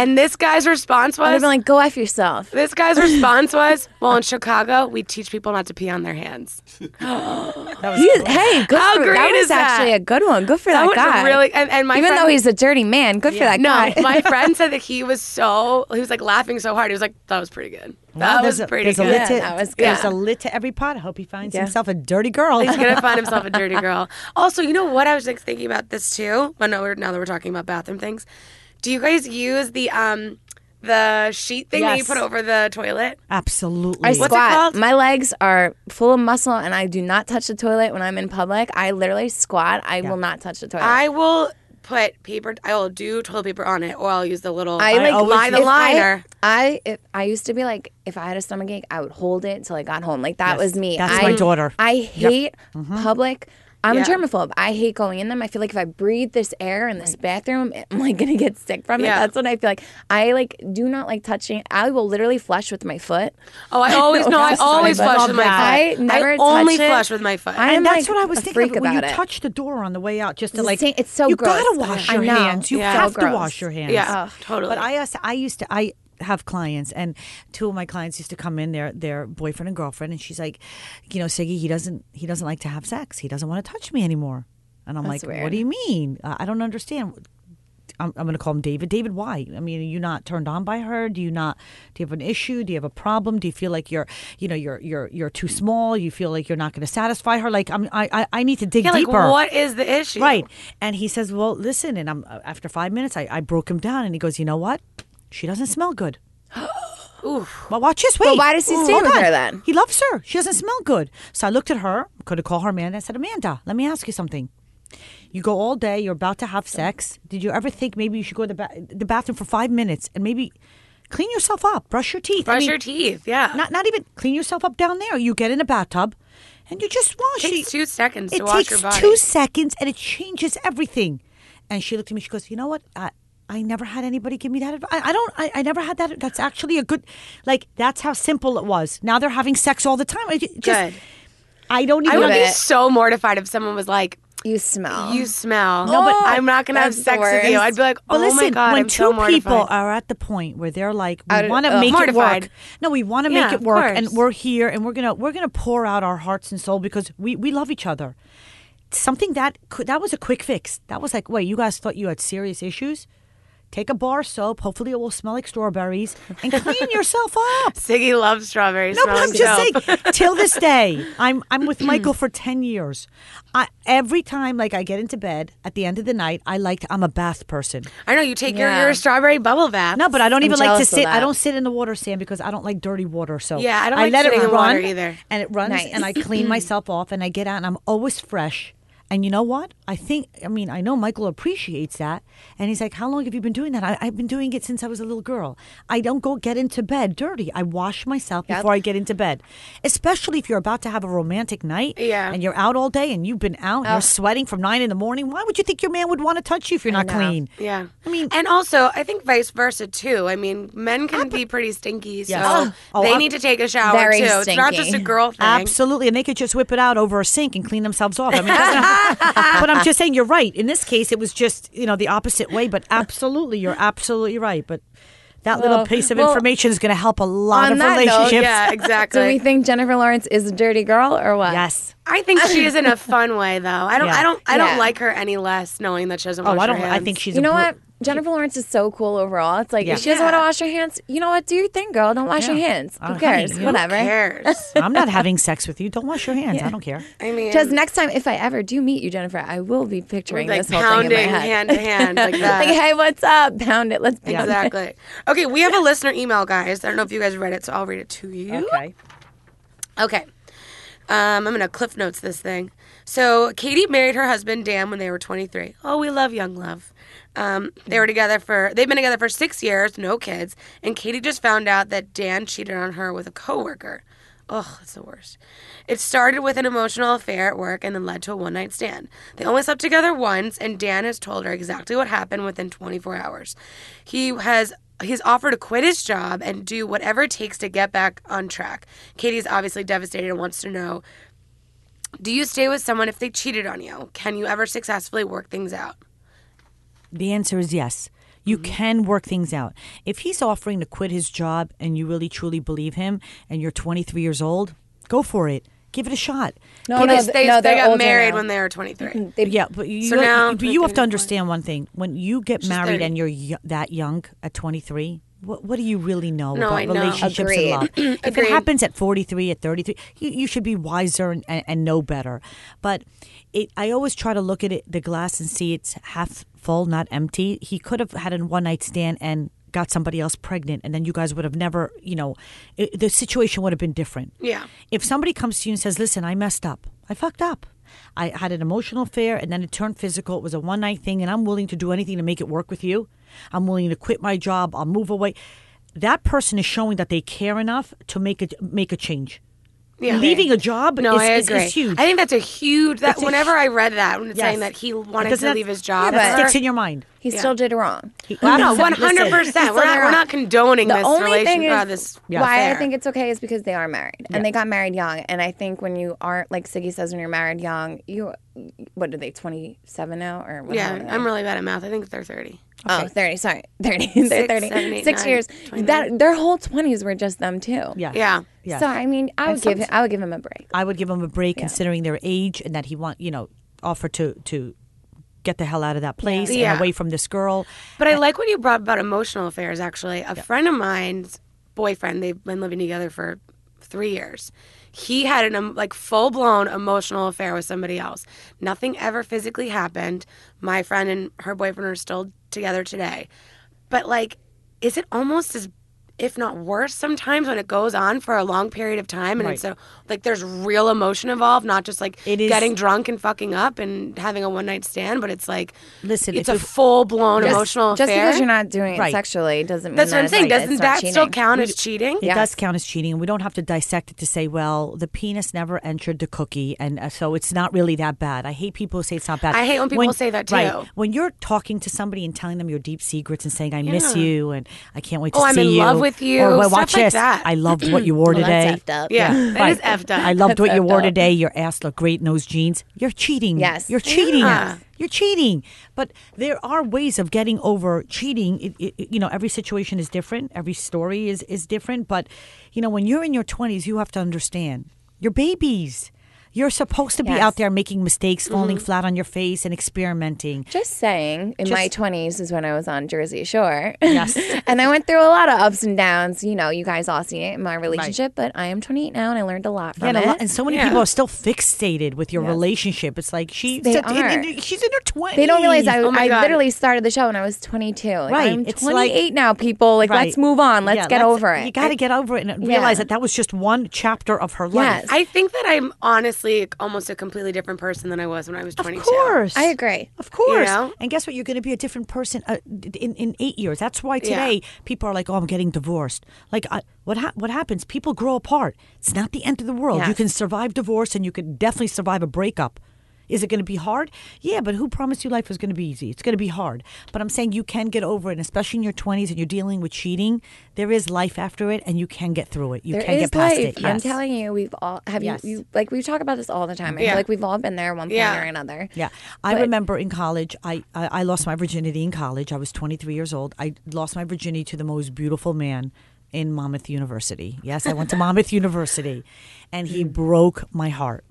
S1: And this guy's response
S3: I'd have
S1: was,
S3: been like, go F yourself.
S1: this guy's response was, well, in Chicago, we teach people not to pee on their hands.
S4: That was
S3: He is, hey, good
S1: How
S3: for,
S1: great
S3: that was
S1: is that?
S3: actually a good one. Good for
S1: That
S3: that,
S1: was
S3: guy.
S1: really- and- and my
S3: even
S1: friend-
S3: though he's a dirty man, good for that
S1: No,
S3: guy.
S1: (laughs) my friend said that he was so, he was like laughing so hard. He was like, that was pretty good.
S4: Wow,
S1: That
S4: Oh, there's
S1: was
S4: a-
S1: pretty
S4: there's a
S1: good.
S4: lit to-
S3: that was
S4: There's
S1: good.
S4: a lit to every pot. I hope he finds
S3: Yeah.
S4: himself a dirty girl.
S1: He's gonna find himself a dirty girl. Also, you know what I was like thinking about this too. Well, no, we're, now that we're talking about bathroom things, do you guys use the um the sheet thing that you
S4: Yes.
S1: put over the toilet?
S4: (laughs) Absolutely.
S3: I
S1: it
S3: squat.
S1: called?
S3: My legs are full of muscle, and I do not touch the toilet when I'm in public. I literally squat. I will not touch the toilet.
S1: I will put paper. I will do toilet paper on it, or I'll use the little.
S3: I like
S4: always
S1: line the
S3: if I-
S1: liner.
S3: I if, I used to be like if I had a stomach ache, I would hold it until I got home. Like that was me.
S4: That's
S3: I,
S4: my daughter.
S3: I hate public. I'm
S1: Mm-hmm. Yeah.
S3: a germaphobe. I hate going in them. I feel like if I breathe this air in this bathroom, (laughs) am I gonna get sick from
S1: Yeah.
S3: it? That's what I feel like. I like do not like touching. I will literally flush with my foot.
S1: Oh, I
S4: (laughs)
S1: always no. I
S3: that's
S1: always
S3: funny, but-
S1: flush with my foot.
S3: I never
S1: I only
S3: touch it.
S1: flush with my foot.
S3: I am
S4: and that's
S3: like
S4: what I was
S3: a
S4: thinking.
S3: freak
S4: About, when
S3: about
S4: you
S3: it.
S4: touch the door on the way out, just to
S3: It's
S4: like,
S3: insane. It's so
S4: you
S3: gross.
S4: gotta wash
S3: I
S4: your
S3: know.
S4: hands. You
S1: Yeah. So
S4: have to
S3: gross. Oh,
S4: wash your hands.
S1: yeah, totally.
S4: But I asked, I used to, I have clients, and two of my clients used to come in, their their boyfriend and girlfriend, and she's like, you know, Siggy, he doesn't, he doesn't like to have sex. He doesn't want to touch me anymore. And I'm like,
S3: That's
S4: what
S3: weird.
S4: do you mean? Uh, I don't understand. I'm, I'm going to call him David. David, why? I mean, are you not turned on by her? Do you not? Do you have an issue? Do you have a problem? Do you feel like you're, you know, you're you're you're too small? You feel like you're not going to satisfy her? Like I'm, I I, I need to dig
S1: yeah, like
S4: deeper.
S1: what is the issue?
S4: Right. And he says, Well, listen. And I'm uh, after five minutes, I, I broke him down. And he goes, You know what? She doesn't smell
S3: (gasps)
S4: good. Well, watch this. Wait.
S3: why does he
S4: Ooh,
S3: stay
S4: hold
S3: with
S4: on.
S3: her then?
S4: He loves her. She doesn't smell good. So I looked at her, could have called her Amanda. I said, Amanda, let me ask you something. You go all day, you're about to have sex. Did you ever think maybe you should go to the, ba- the bathroom for five minutes and maybe clean yourself up, brush your teeth? I
S1: Brush
S4: mean,
S1: your teeth. Yeah.
S4: Not, not even clean yourself up down there. You get in a bathtub and you just wash
S1: takes
S4: You-
S1: two seconds to
S4: it
S1: wash
S4: takes
S1: your body.
S4: two seconds and it changes everything. And she looked at me. She goes, "You know what? I, I never had anybody give me that advice. I, I don't. I, I never had that. That's actually a good. Like that's how simple it was. Now they're having sex all the time. I ju- just,
S1: Good.
S4: I don't even.
S1: I would be
S3: it.
S1: so mortified if someone was like,
S3: You smell.
S1: You smell.
S4: Oh. No, but-
S1: I'm not gonna have
S3: That's the
S1: sex with you.
S3: worst.
S1: I'd be like, oh
S4: but listen,
S1: my god,
S4: when
S1: I'm
S4: two
S1: so mortified.
S4: people are at the point where they're like, we
S3: Out of-
S4: want to
S3: ugh.
S4: make it
S1: Mortified.
S4: work. No, we want to
S1: Yeah,
S4: make it
S1: of
S4: work, and
S1: course.
S4: we're here, and we're gonna we're gonna pour out our hearts and soul because we we love each other. Something that could, that was a quick fix. That was like, wait, you guys thought you had serious issues? Take a bar of soap. Hopefully, it will smell like strawberries, and
S1: (laughs)
S4: clean yourself up.
S1: Siggy loves strawberries.
S4: No, but I'm just saying. Till this day, I'm I'm
S1: (clears throat)
S4: with Michael for ten years. I, every time, like I get into bed at the end of the night, I like I'm a bath person.
S1: I know you take
S3: Yeah.
S1: your, your strawberry bubble bath.
S4: No, but I don't even like to
S3: jealous of
S4: sit. I
S3: that.
S4: don't sit in the water, Sam, because I don't like dirty water. So
S1: Yeah, I don't like
S4: let it
S1: sitting
S4: run
S1: in water either.
S4: And it runs,
S3: Nice.
S4: and
S1: (clears throat)
S4: I clean myself off, and I get out, and I'm always fresh. And you know what? I think. I mean, I know Michael appreciates that, and he's like, "How long have you been doing that?" I, I've been doing it since I was a little girl. I don't go get into bed dirty. I wash myself before I get into bed, especially if you're about to have a romantic night.
S1: Yeah.
S4: and you're out all day, and you've been out, and you're sweating from nine in the morning. Why would you think your man would want to touch you if you're not
S3: know.
S4: clean?
S1: Yeah.
S4: I mean-
S1: and also, I think vice versa too. I mean, men can be pretty stinky, so
S4: Yes. Oh,
S1: they
S4: I'm-
S1: need to take a shower
S3: Very
S1: too. It's not
S3: stinky.
S1: just a girl thing.
S4: Absolutely, and they could just whip it out over a sink and clean themselves off. I mean, it doesn't
S3: (laughs)
S4: have- but I'm just saying, you're right. In this case, it was just you know the opposite way. But absolutely, you're absolutely right. But that little
S3: Well,
S4: piece of
S3: well,
S4: information is going to help a lot
S3: on
S4: of
S3: that note,
S4: relationships.
S1: Oh,
S4: (laughs)
S1: Yeah, exactly.
S3: Do we think Jennifer Lawrence is a dirty girl or what?
S4: Yes.
S1: (laughs) I think she is in a fun way though. I don't.
S4: Yeah.
S1: I don't. I don't
S3: Yeah.
S1: like her any less knowing that she doesn't.
S4: Oh,
S1: wash
S4: I
S1: her
S4: don't. I
S1: hands.
S4: think she's.
S3: You
S4: a
S3: know
S4: bru-
S3: what? Jennifer Lawrence is so cool overall. It's like
S4: Yeah.
S3: if she doesn't want to wash her hands, you know what? Do your thing, girl. Don't wash your
S4: Yeah.
S3: hands.
S4: Oh,
S3: Who cares?
S4: honey, who
S3: Whatever.
S1: Who
S4: (laughs)
S1: cares.
S4: I'm not having sex with you. Don't wash your hands. I don't care.
S1: I mean,
S3: Because next time, if I ever do meet you, Jennifer, I will be picturing
S1: like
S3: this whole thing in
S1: pounding
S3: my head.
S1: hand
S3: (laughs)
S1: to hand like that.
S3: Like, hey, (laughs) what's up? Pound it. Let's pound it.
S1: Exactly. Okay, we have a listener email, guys. I don't know if you guys read it, so I'll read it to you.
S4: Okay.
S1: Okay. Um, I'm going to cliff notes this thing. So, Katie married her husband, Dan, when they were 23. Oh, we love young love. Um, they were together for, they've been together for six years, no kids. And Katie just found out that Dan cheated on her with a coworker. Ugh, it's the worst. It started with an emotional affair at work and then led to a one night stand. They only slept together once, and Dan has told her exactly what happened within 24 hours. He has he's offered to quit his job and do whatever it takes to get back on track. Katie's obviously devastated and wants to know Do you stay with someone if they cheated on you? Can you ever successfully work things out?
S4: The answer is yes. You
S3: Mm-hmm.
S4: can work things out. If he's offering to quit his job and you really truly believe him and you're 23 years old, go for it. Give it a shot.
S3: (laughs) No,
S1: Well,
S3: Oh, no,
S1: they,
S3: th-
S1: they,
S3: no,
S1: they
S3: they're
S1: got
S3: older
S1: married
S3: now. Mm-hmm.
S1: when they were 23.
S3: They-
S4: Yeah, but you,
S1: So now-
S4: but you have to
S1: 23,
S4: understand one thing. When you get married
S1: 30.
S4: and you're y- that young at 23, what, what do you really know
S1: No,
S4: about
S1: I know.
S4: relationships
S1: (clears throat)
S4: and
S3: Agreed.
S4: love? if it
S1: Agreed.
S4: happens at 43, at 33, you, you should be wiser and, and, and know better. But it, I always try to look at it, the glass and see it's half full, not empty. He could have had a one night stand and got somebody else pregnant, and then you guys would have never, you know, it, the situation would have been different.
S1: Yeah.
S4: If somebody comes to you and says, "Listen, I messed up. I fucked up. I had an emotional affair, and then it turned physical. It was a one night thing, and I'm willing to do anything to make it work with you. I'm willing to quit my job. I'll move away." That person is showing that they care enough to make a make a change.
S1: Yeah.
S4: Leaving a job
S1: No,
S4: is,
S1: I
S4: is- is
S1: agree.
S4: huge.
S1: I think that's a huge. That
S4: It's a
S1: whenever
S4: hu-
S1: I read that, when it's
S4: Yes.
S1: saying that he wanted
S4: Because
S1: to
S4: that-
S1: leave his
S4: yeah,
S1: job,
S4: that
S1: or-
S4: sticks in your mind.
S3: He
S1: Yeah.
S3: still did it wrong.
S1: Oh, no,
S4: Listen,
S1: one
S4: listen.
S1: hundred percent. We're not. We're not condoning
S3: the
S1: this
S3: only
S1: relation.
S3: thing is
S1: uh, this
S3: why I
S1: affair.
S3: think it's okay is because they are married and they got married young. And I think when you aren't like Siggy says, when you're married young, you what are they twenty seven now or what
S1: Yeah, I'm really bad at math. I think they're thirty.
S3: Oh, 30, sorry. (laughs) 30. They're
S1: Six,
S3: 30.
S1: seven, eight,
S3: Six
S1: nine,
S3: years.
S1: 29.
S3: That their whole 20s were just them too.
S4: Yeah.
S1: Yeah.
S4: Yeah.
S3: So I mean, I would give him, I would give him a break.
S4: I would give him a break considering their age and that he want you know offer to to get the hell out of that place
S1: Yeah.
S4: and away from this girl.
S1: But I like what you brought about emotional affairs, actually. A friend of mine's boyfriend, they've been living together for three years. He had an um, like full blown emotional affair with somebody else. Nothing ever physically happened. My friend and her boyfriend are still together today. But like, is it almost as if not worse sometimes when it goes on for a long period of time and it's so like there's real emotion involved, not just like
S4: It is-
S1: getting drunk and fucking up and having a one night stand, but it's like
S4: Listen,
S1: it's
S4: if
S1: a
S4: it-
S1: full blown
S3: Just-
S1: emotional
S3: Just
S1: affair.
S3: because you're not doing it
S4: Right.
S3: sexually doesn't mean
S1: That's what I'm
S3: that
S1: saying.
S3: it's-
S1: Doesn't
S3: it's not
S1: that still
S3: cheating.
S1: count as cheating?
S4: It does count as cheating, and we don't have to dissect it to say, well, the penis never entered the cookie, and uh, so it's not really that bad. I hate people who say it's not bad.
S1: I hate when people say that, too.
S4: Right. When you're talking to somebody and telling them your deep secrets and saying, I miss
S1: Yeah.
S4: you, and I can't wait to
S1: Oh,
S4: see
S1: I'm in
S4: you.
S1: love with you,
S4: Or, well,
S1: stuff
S4: watch
S1: like
S4: this.
S1: that.
S4: I loved what
S1: (clears throat)
S4: you wore
S3: Well,
S4: today.
S3: that's effed up.
S1: Yeah, that
S4: right.
S1: is effed up.
S4: I loved what you
S3: Effed
S4: wore
S3: up.
S4: today. Your ass looked great in those jeans. You're cheating.
S3: Yes.
S4: You're cheating.
S1: Yeah.
S4: You're cheating. But there are ways of getting over cheating. It, it, it- you know, every situation is different. Every story is is different. But you know, when you're in your 20s, you have to understand you're babies. You're supposed to be
S3: Yes. Mm-hmm.
S4: out there making mistakes, falling flat on your face, and experimenting.
S3: Just saying, in my
S4: Just-
S3: 20s is when I was on Jersey Shore.
S4: Yes.
S3: (laughs) and I went through a lot of ups and downs. You know, you guys all see it in my relationship, but I am 28 now and I learned a lot
S4: Yeah,
S3: from
S4: and, a
S3: it.
S4: lot, and so many
S1: Yeah.
S4: people are still fixated with your relationship. It's like she's
S3: They
S4: in- in-
S3: are.
S4: she's in her twenties.
S3: they don't realize I,
S1: Oh my
S3: I
S1: God.
S3: literally started the show when I was 22. Like,
S4: Right.
S3: I'm
S4: It's
S3: 28
S4: like-
S3: now, people. Like,
S4: Right.
S3: let's move on. Let's
S4: Yeah,
S3: get over it.
S4: You got to
S3: I-
S4: get over it and
S3: Yeah.
S4: realize that that was just one chapter of her life.
S3: Yes.
S1: I think that I'm honestly almost a completely different person than I was when I was 22.
S4: Of course.
S3: I agree.
S4: Of course.
S1: know?
S4: And guess what? You're going to be a different person uh, d- in, in eight years. That's why today people are like, oh, I'm getting divorced. Like, I, what, hap what happens? People grow apart. It's not the end of the world. You
S3: Yes.
S4: can survive divorce and you can definitely survive a breakup. Is it going to be hard? Yeah, but who promised you life was going to be easy? It's going to be hard. But I'm saying you can get over it, and especially in your 20s and you're dealing with cheating. There is life after it, and you can get through it. You
S3: There
S4: can
S3: is
S4: get past
S3: life.
S4: it.
S3: I'm
S4: Yes.
S3: telling you, we've all have
S4: Yes.
S3: you, you like we talk about this all the time. I
S1: Yeah.
S3: feel like we've all been there at one point
S1: Yeah.
S3: or another.
S4: Yeah, I remember in college, I, I I lost my virginity in college. I was 23 years old. I lost my virginity to the most beautiful man in Monmouth University. Yes, I went to Monmouth (laughs) University, and he broke my heart.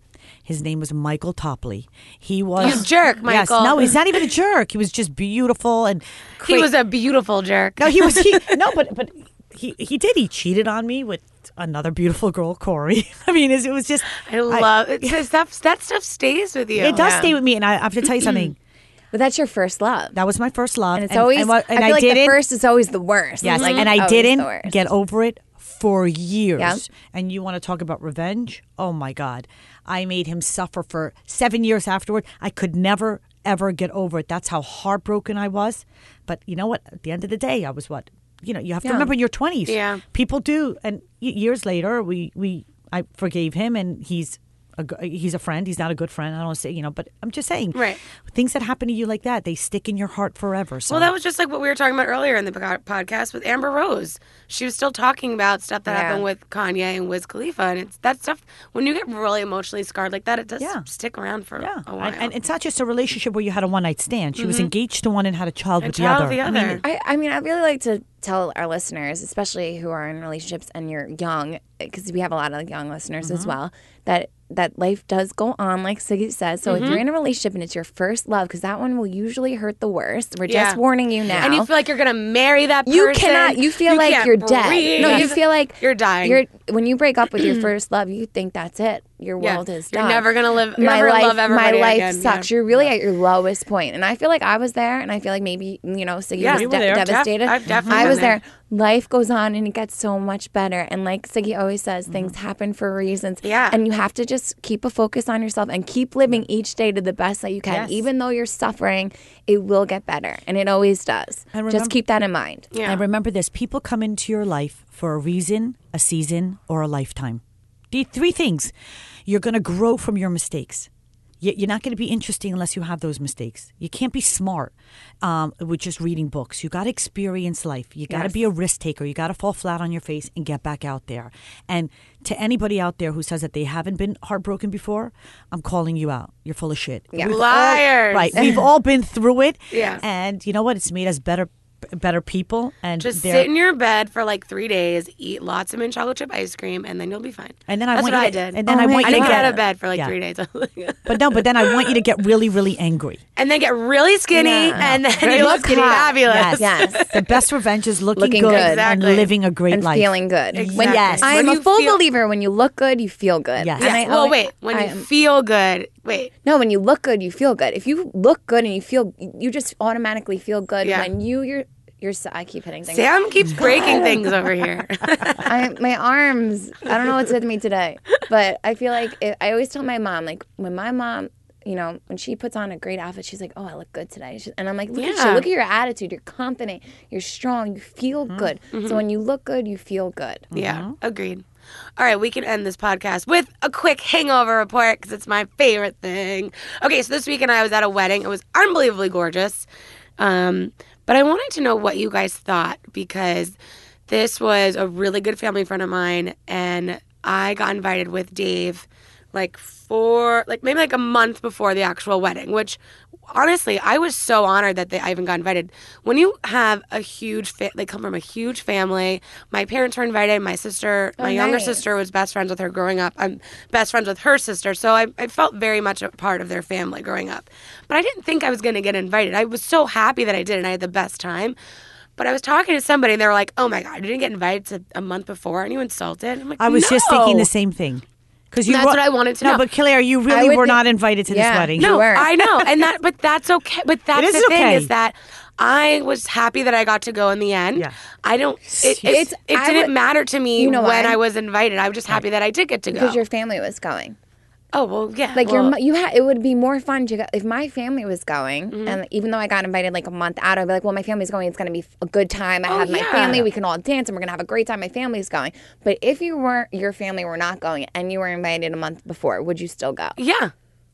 S4: His name was Michael Topley. He was
S1: You jerk,
S4: Yes,
S1: Michael.
S4: no, he's not even a jerk. He was just beautiful and
S1: He
S4: cra-
S1: was a beautiful jerk.
S4: no, he was he no, but but he he did. He cheated on me with another beautiful girl, Corey. (laughs) I mean, it's- it was just
S1: I love
S3: (laughs)
S1: it. That stuff, that stuff stays with you.
S4: It does stay with me, and I have to tell you something.
S3: But that's your first love.
S4: That was my first love,
S3: and it's always
S4: what-
S3: I feel like the
S4: didn't-
S3: first is always the worst.
S4: Yes,
S1: Mm-hmm.
S3: Like,
S4: and
S3: always
S1: Oh,
S4: I
S3: the
S4: didn't
S3: worst.
S4: get over it for years.
S3: Yeah.
S4: And you want to talk about revenge? Oh my God. I made him suffer for seven years afterward. I could never, ever get over it. That's how heartbroken I was. But you know what? At the end of the day, I was what? You know, you have to
S3: Yeah.
S4: remember in your 20s.
S1: Yeah.
S4: People do. And y- years later, we, we, I forgave him and he's a g he's a friend. He's not a good friend. I don't say you know, but I'm just saying,
S1: Right.
S4: Things that happen to you like that, they stick in your heart forever. So
S1: Well, that was just like what we were talking about earlier in the po- podcast with Amber Rose. She was still talking about stuff that
S3: Yeah.
S1: happened with Kanye and Wiz Khalifa, and it's that stuff. When you get really emotionally scarred like that, it does
S4: Yeah.
S1: stick around for
S4: yeah,
S1: a while.
S4: and, and it's not just a relationship where you had a one night stand. She was engaged to one and had a child with
S1: child
S4: the
S1: the
S4: other. I mean,
S1: other.
S3: I, I mean, I really like to tell our listeners, especially who are in relationships and you're young, because we have a lot of young listeners as
S1: Mm-hmm.
S3: well, that that life does go on, like Siggy says. So if
S1: Mm-hmm.
S3: you're in a relationship and it's your first love, because that one will usually hurt the worst. We're
S1: Yeah.
S3: just warning you now.
S1: and you feel like you're gonna marry that person.
S3: You cannot. You feel like
S1: can't
S3: you're dead.
S1: breathe.
S3: No, you feel like
S1: You're dying.
S3: You're when you break up with
S1: (clears throat)
S3: your first love, you think that's it. Your
S1: Yeah.
S3: world is
S1: You're
S3: done.
S1: never gonna live- you're
S3: my
S1: never
S3: life,
S1: love
S3: my
S1: everybody
S3: life
S1: again. Yeah.
S3: sucks. You're really at your lowest point, and I feel like I was there, and I feel like maybe you know, Siggy
S1: Yeah.
S3: was
S1: You were
S3: de-
S1: there. Def-
S3: devastated.
S1: I've definitely
S3: I was
S1: been there.
S3: there. Life goes on, and it gets so much better. And like Siggy always says, things happen for reasons.
S1: Mm-hmm. Yeah.
S3: and you have to just keep a focus on yourself and keep living each day to the best that you can,
S4: Yes.
S3: even though you're suffering. It will get better, and it always does.
S4: And remember-
S3: just keep that in mind.
S1: Yeah.
S4: And remember this people come into your life for a reason, a season, or a lifetime. The three things. You're going to grow from your mistakes. You- You're not going to be interesting unless you have those mistakes. You can't be smart um, with just reading books. You got to experience life. You got to be a risk taker. You got to fall flat on your face and get back out there. And to anybody out there who says that they haven't been heartbroken before, I'm calling you out. You're full of shit.
S3: Yeah.
S4: We've all-
S1: Liars.
S4: right. We've all been through it.
S1: Yeah.
S4: And you know what? It's made us better better people and
S1: Just
S4: they're-
S1: sit in your bed for like three days, eat lots of mint chocolate chip ice cream, and then you'll be fine.
S4: And then I
S1: That's
S4: want
S1: what I
S4: you to-
S1: did.
S4: and then
S3: Oh
S4: I
S3: my
S4: want
S1: I
S4: you
S1: didn't
S4: to
S1: get
S4: get
S1: out of bed for like
S4: Yeah.
S1: three days. (laughs)
S4: But no, but then I want you to get really, really angry.
S1: and then get really skinny, and then you look
S3: skinny.
S1: fabulous.
S4: Yes.
S3: Yes.
S4: The best revenge is looking,
S3: Looking
S4: good,
S3: good.
S1: Exactly.
S4: and living a great
S3: and
S4: life.
S3: feeling good.
S1: Exactly. Yes.
S3: I'm
S1: When
S3: a
S1: you
S3: full
S1: feel-
S3: believer. When you look good, you feel good.
S4: Yes.
S3: And I
S1: Yes. Well,
S3: always-
S1: wait. When
S3: I
S1: you
S3: am-
S1: feel good, wait.
S3: no, when you look good, you feel good. If you look good and you feel, you just automatically feel good
S1: Yeah.
S3: when you your your. s- I keep hitting things.
S1: Sam
S4: (laughs)
S1: keeps breaking things over here.
S3: I, my arms. I don't know what's with me today, but I feel like it, I always tell my mom, like when my mom, you know, when she puts on a great outfit, she's like, "Oh, I look good today," She- and I'm like, "Look at
S1: Yeah.
S3: you! Look at your attitude. You're confident. You're strong. You feel good. So when you look good, you feel good."
S1: (laughs) yeah, agreed. All right, we can end this podcast with a quick hangover report because it's my favorite thing. Okay, so this weekend I was at a wedding. It was unbelievably gorgeous. Um, but I wanted to know what you guys thought because this was a really good family friend of mine, and I got invited with Dave like four, like maybe like a month before the actual wedding, which honestly, I was so honored that they, I even got invited. When you have a huge, fa- they come from a huge family. My parents were invited. My sister, my younger
S3: nice.
S1: sister was best friends with her growing up. I'm best friends with her sister. So I, I felt very much a part of their family growing up. But I didn't think I was going to get invited. I was so happy that I did and I had the best time. But I was talking to somebody and they were like, oh my God, I didn't get invited to a month before. And you insulted? I'm like,
S4: I was just thinking
S1: "No."
S4: the same thing. Because you
S1: That's
S4: wa-
S1: what I wanted to
S4: no,
S1: know.
S4: but Claire, you
S3: I
S4: really
S3: would
S4: were
S3: thi-
S4: not invited to this
S3: Yeah.
S4: wedding.
S3: No.
S1: No,
S3: were.
S1: I know, and that, but that's okay. But that's
S4: is
S1: the thing
S4: okay.
S1: is that I was happy that I got to go in the end.
S4: Yeah.
S1: I don't. It, it,
S3: It's-
S1: it
S3: I
S1: didn't
S3: would-
S1: matter to me
S3: You know
S1: when
S3: why?
S1: I was invited. I was just happy that I did get to go.
S3: Because your family was going.
S1: oh well, yeah.
S3: Like your
S1: well,
S3: your, you had it would be more fun to go, if my family was going,
S1: Mm-hmm.
S3: and even though I got invited like a month out, I'd be like, well, my family's going, it's gonna be a good time. I have my
S1: Oh, yeah.
S3: family, we can all dance, and we're gonna have a great time. My family's going. But if you weren't, your family were not going, and you were invited a month before, would you still go?
S1: yeah,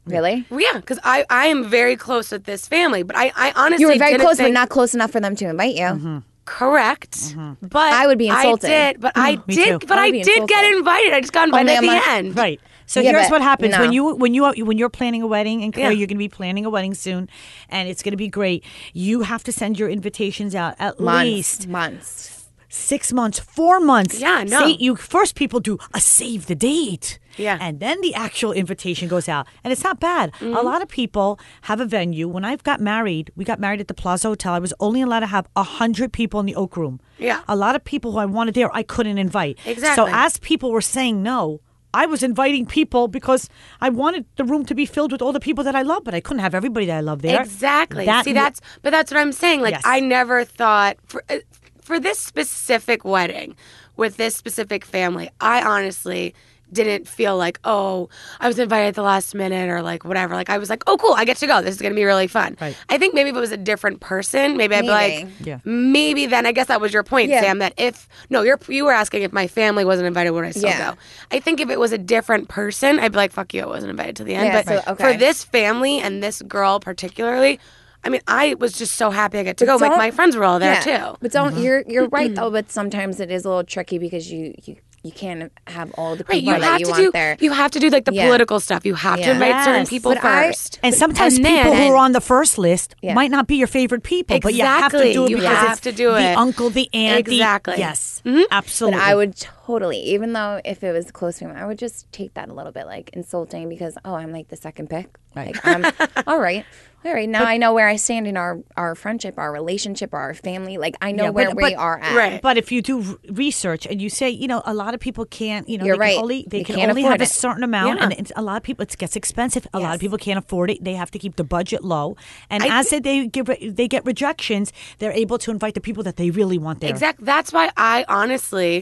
S3: Really?
S1: yeah. Because I, I am very close with this family, but I, I honestly
S3: You were very
S1: didn't
S3: close,
S1: think,
S3: but not close enough for them to invite you.
S1: correct. But
S3: I would be insulted. Mm-hmm.
S1: I did, but I
S4: Mm-hmm. me
S1: did,
S4: too.
S1: but
S3: I
S1: I,
S3: would be
S1: did get
S3: insulted.
S1: invited. I just got invited
S3: Only
S1: at
S3: a
S1: the
S3: month-
S1: end.
S4: Right. So
S3: Yeah,
S4: here's
S3: but
S4: what happens
S3: no.
S4: when you when you when you're planning a wedding, and Claire,
S1: Yeah.
S4: you're going to be planning a wedding soon, and it's going to be great. You have to send your invitations out at
S3: Months,
S4: least
S3: months.
S4: six months, four months.
S1: Yeah, no.
S4: Say- you first people do a save the date.
S1: Yeah.
S4: And then the actual invitation goes out. And it's not bad. A
S1: Mm-hmm.
S4: lot of people have a venue. When I've got married, we got married at the Plaza Hotel. I was only allowed to have a hundred people in the Oak Room.
S1: Yeah.
S4: A lot of people who I wanted there I couldn't invite.
S1: Exactly.
S4: So as people were saying no, I was inviting people because I wanted the room to be filled with all the people that I love, but I couldn't have everybody that I love there.
S1: Exactly.
S4: That-
S1: See, that's but that's what I'm saying. Like
S4: Yes.
S1: I never thought for uh, for this specific wedding with this specific family. I honestly didn't feel like, oh, I was invited at the last minute or like whatever. Like I was like, oh, cool, I get to go. This is going to be really fun.
S4: Right.
S1: I think maybe if it was a different person, maybe I'd be like,
S3: Maybe.
S4: Yeah.
S1: maybe then I guess that was your point,
S3: Yeah.
S1: Sam, that if, no, you're, you were asking if my family wasn't invited, would I still
S3: Yeah.
S1: go? I think if it was a different person, I'd be like, fuck you, I wasn't invited to the end.
S3: Yeah,
S1: but
S3: so-
S1: for
S3: okay.
S1: this family and this girl particularly, I mean, I was just so happy I get to go.
S3: But
S1: Like
S3: don't-
S1: my friends were all there
S3: Yeah.
S1: too. Mm-hmm.
S3: But don't you're you're right though. But sometimes it is a little tricky because you you, you can't have all the people
S1: Right, you
S3: that
S1: have
S3: you
S1: to
S3: want
S1: do.
S3: there.
S1: You have to do like the
S3: Yeah.
S1: political stuff. You have to
S3: Yeah.
S1: invite certain
S4: Yes.
S1: people
S3: But I-
S1: first.
S4: And sometimes
S3: and
S4: people
S3: then-
S4: who are
S3: and-
S4: on the first list
S3: Yeah.
S4: might not be your favorite people, but you have to
S1: Exactly.
S4: do it
S1: You
S4: because
S1: have
S4: it's
S1: to do
S4: the
S1: it.
S4: uncle, the aunt, the-
S1: Exactly.
S4: yes,
S3: Mm-hmm. but
S4: absolutely.
S3: I would totally, even though if it was close to me, I would just take that a little bit like insulting because oh, I'm like the second pick.
S4: Right.
S3: Like
S4: (laughs)
S3: I'm all right, all right. Now I know where I stand in our our friendship, our relationship, our family. Like I know
S4: Yeah,
S3: where
S4: but-
S3: we
S4: but-
S3: are at.
S1: Right.
S4: But if you do r- research and you say, you know, a lot of people can't, you know,
S3: You're
S4: they
S3: right.
S4: can only they
S3: They
S4: can
S3: can't
S4: only have
S3: afford
S4: a
S3: it.
S4: certain amount,
S1: Yeah.
S4: and it's, a lot of people it gets expensive. A lot of
S3: Yes.
S4: people can't afford it. They have to keep the budget low, and
S1: I
S4: as they give re- they get rejections, they're able to invite the people that they really want there.
S1: Exactly. That's why I honestly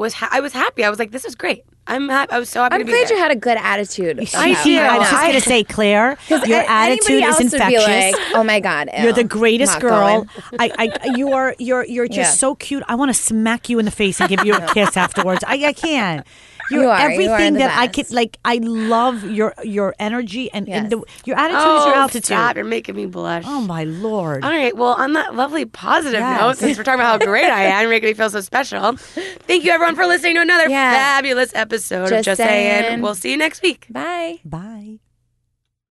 S1: was. Ha- I was happy. I was like, this is great. I'm. Ha- I was so happy
S3: I'm
S1: to be
S3: glad
S1: there.
S3: you had a good attitude.
S4: I,
S3: about
S4: see,
S3: it.
S4: I was just
S3: (laughs) I-
S4: gonna say,
S3: (laughs)
S4: Claire, your
S3: a- anybody
S4: attitude is
S3: else would be
S4: infectious.
S3: like, oh my god,
S4: (laughs) You're the
S3: ew,
S4: greatest
S3: not
S4: girl.
S3: going."
S4: I, I, you are, you're, you're just
S3: Yeah.
S4: so cute. I want to smack you in the face and give
S3: (laughs)
S4: you a kiss afterwards. I, I can't. You're
S3: You are. You are
S4: everything
S3: the
S4: that I could.
S3: best.
S4: Like, I love your your energy and, and
S3: Yes.
S4: the, your attitude is
S1: Oh,
S4: your altitude.
S1: stop! You're making me blush.
S4: Oh my lord!
S1: All right. Well, on that lovely positive
S4: Yes.
S1: note, since we're talking about how great I am, you're making me feel so special. Thank you, everyone, for listening to another
S3: Yeah.
S1: fabulous episode of
S3: Just
S1: Just Saying.
S3: Saying.
S1: We'll see you next week.
S3: Bye.
S4: Bye.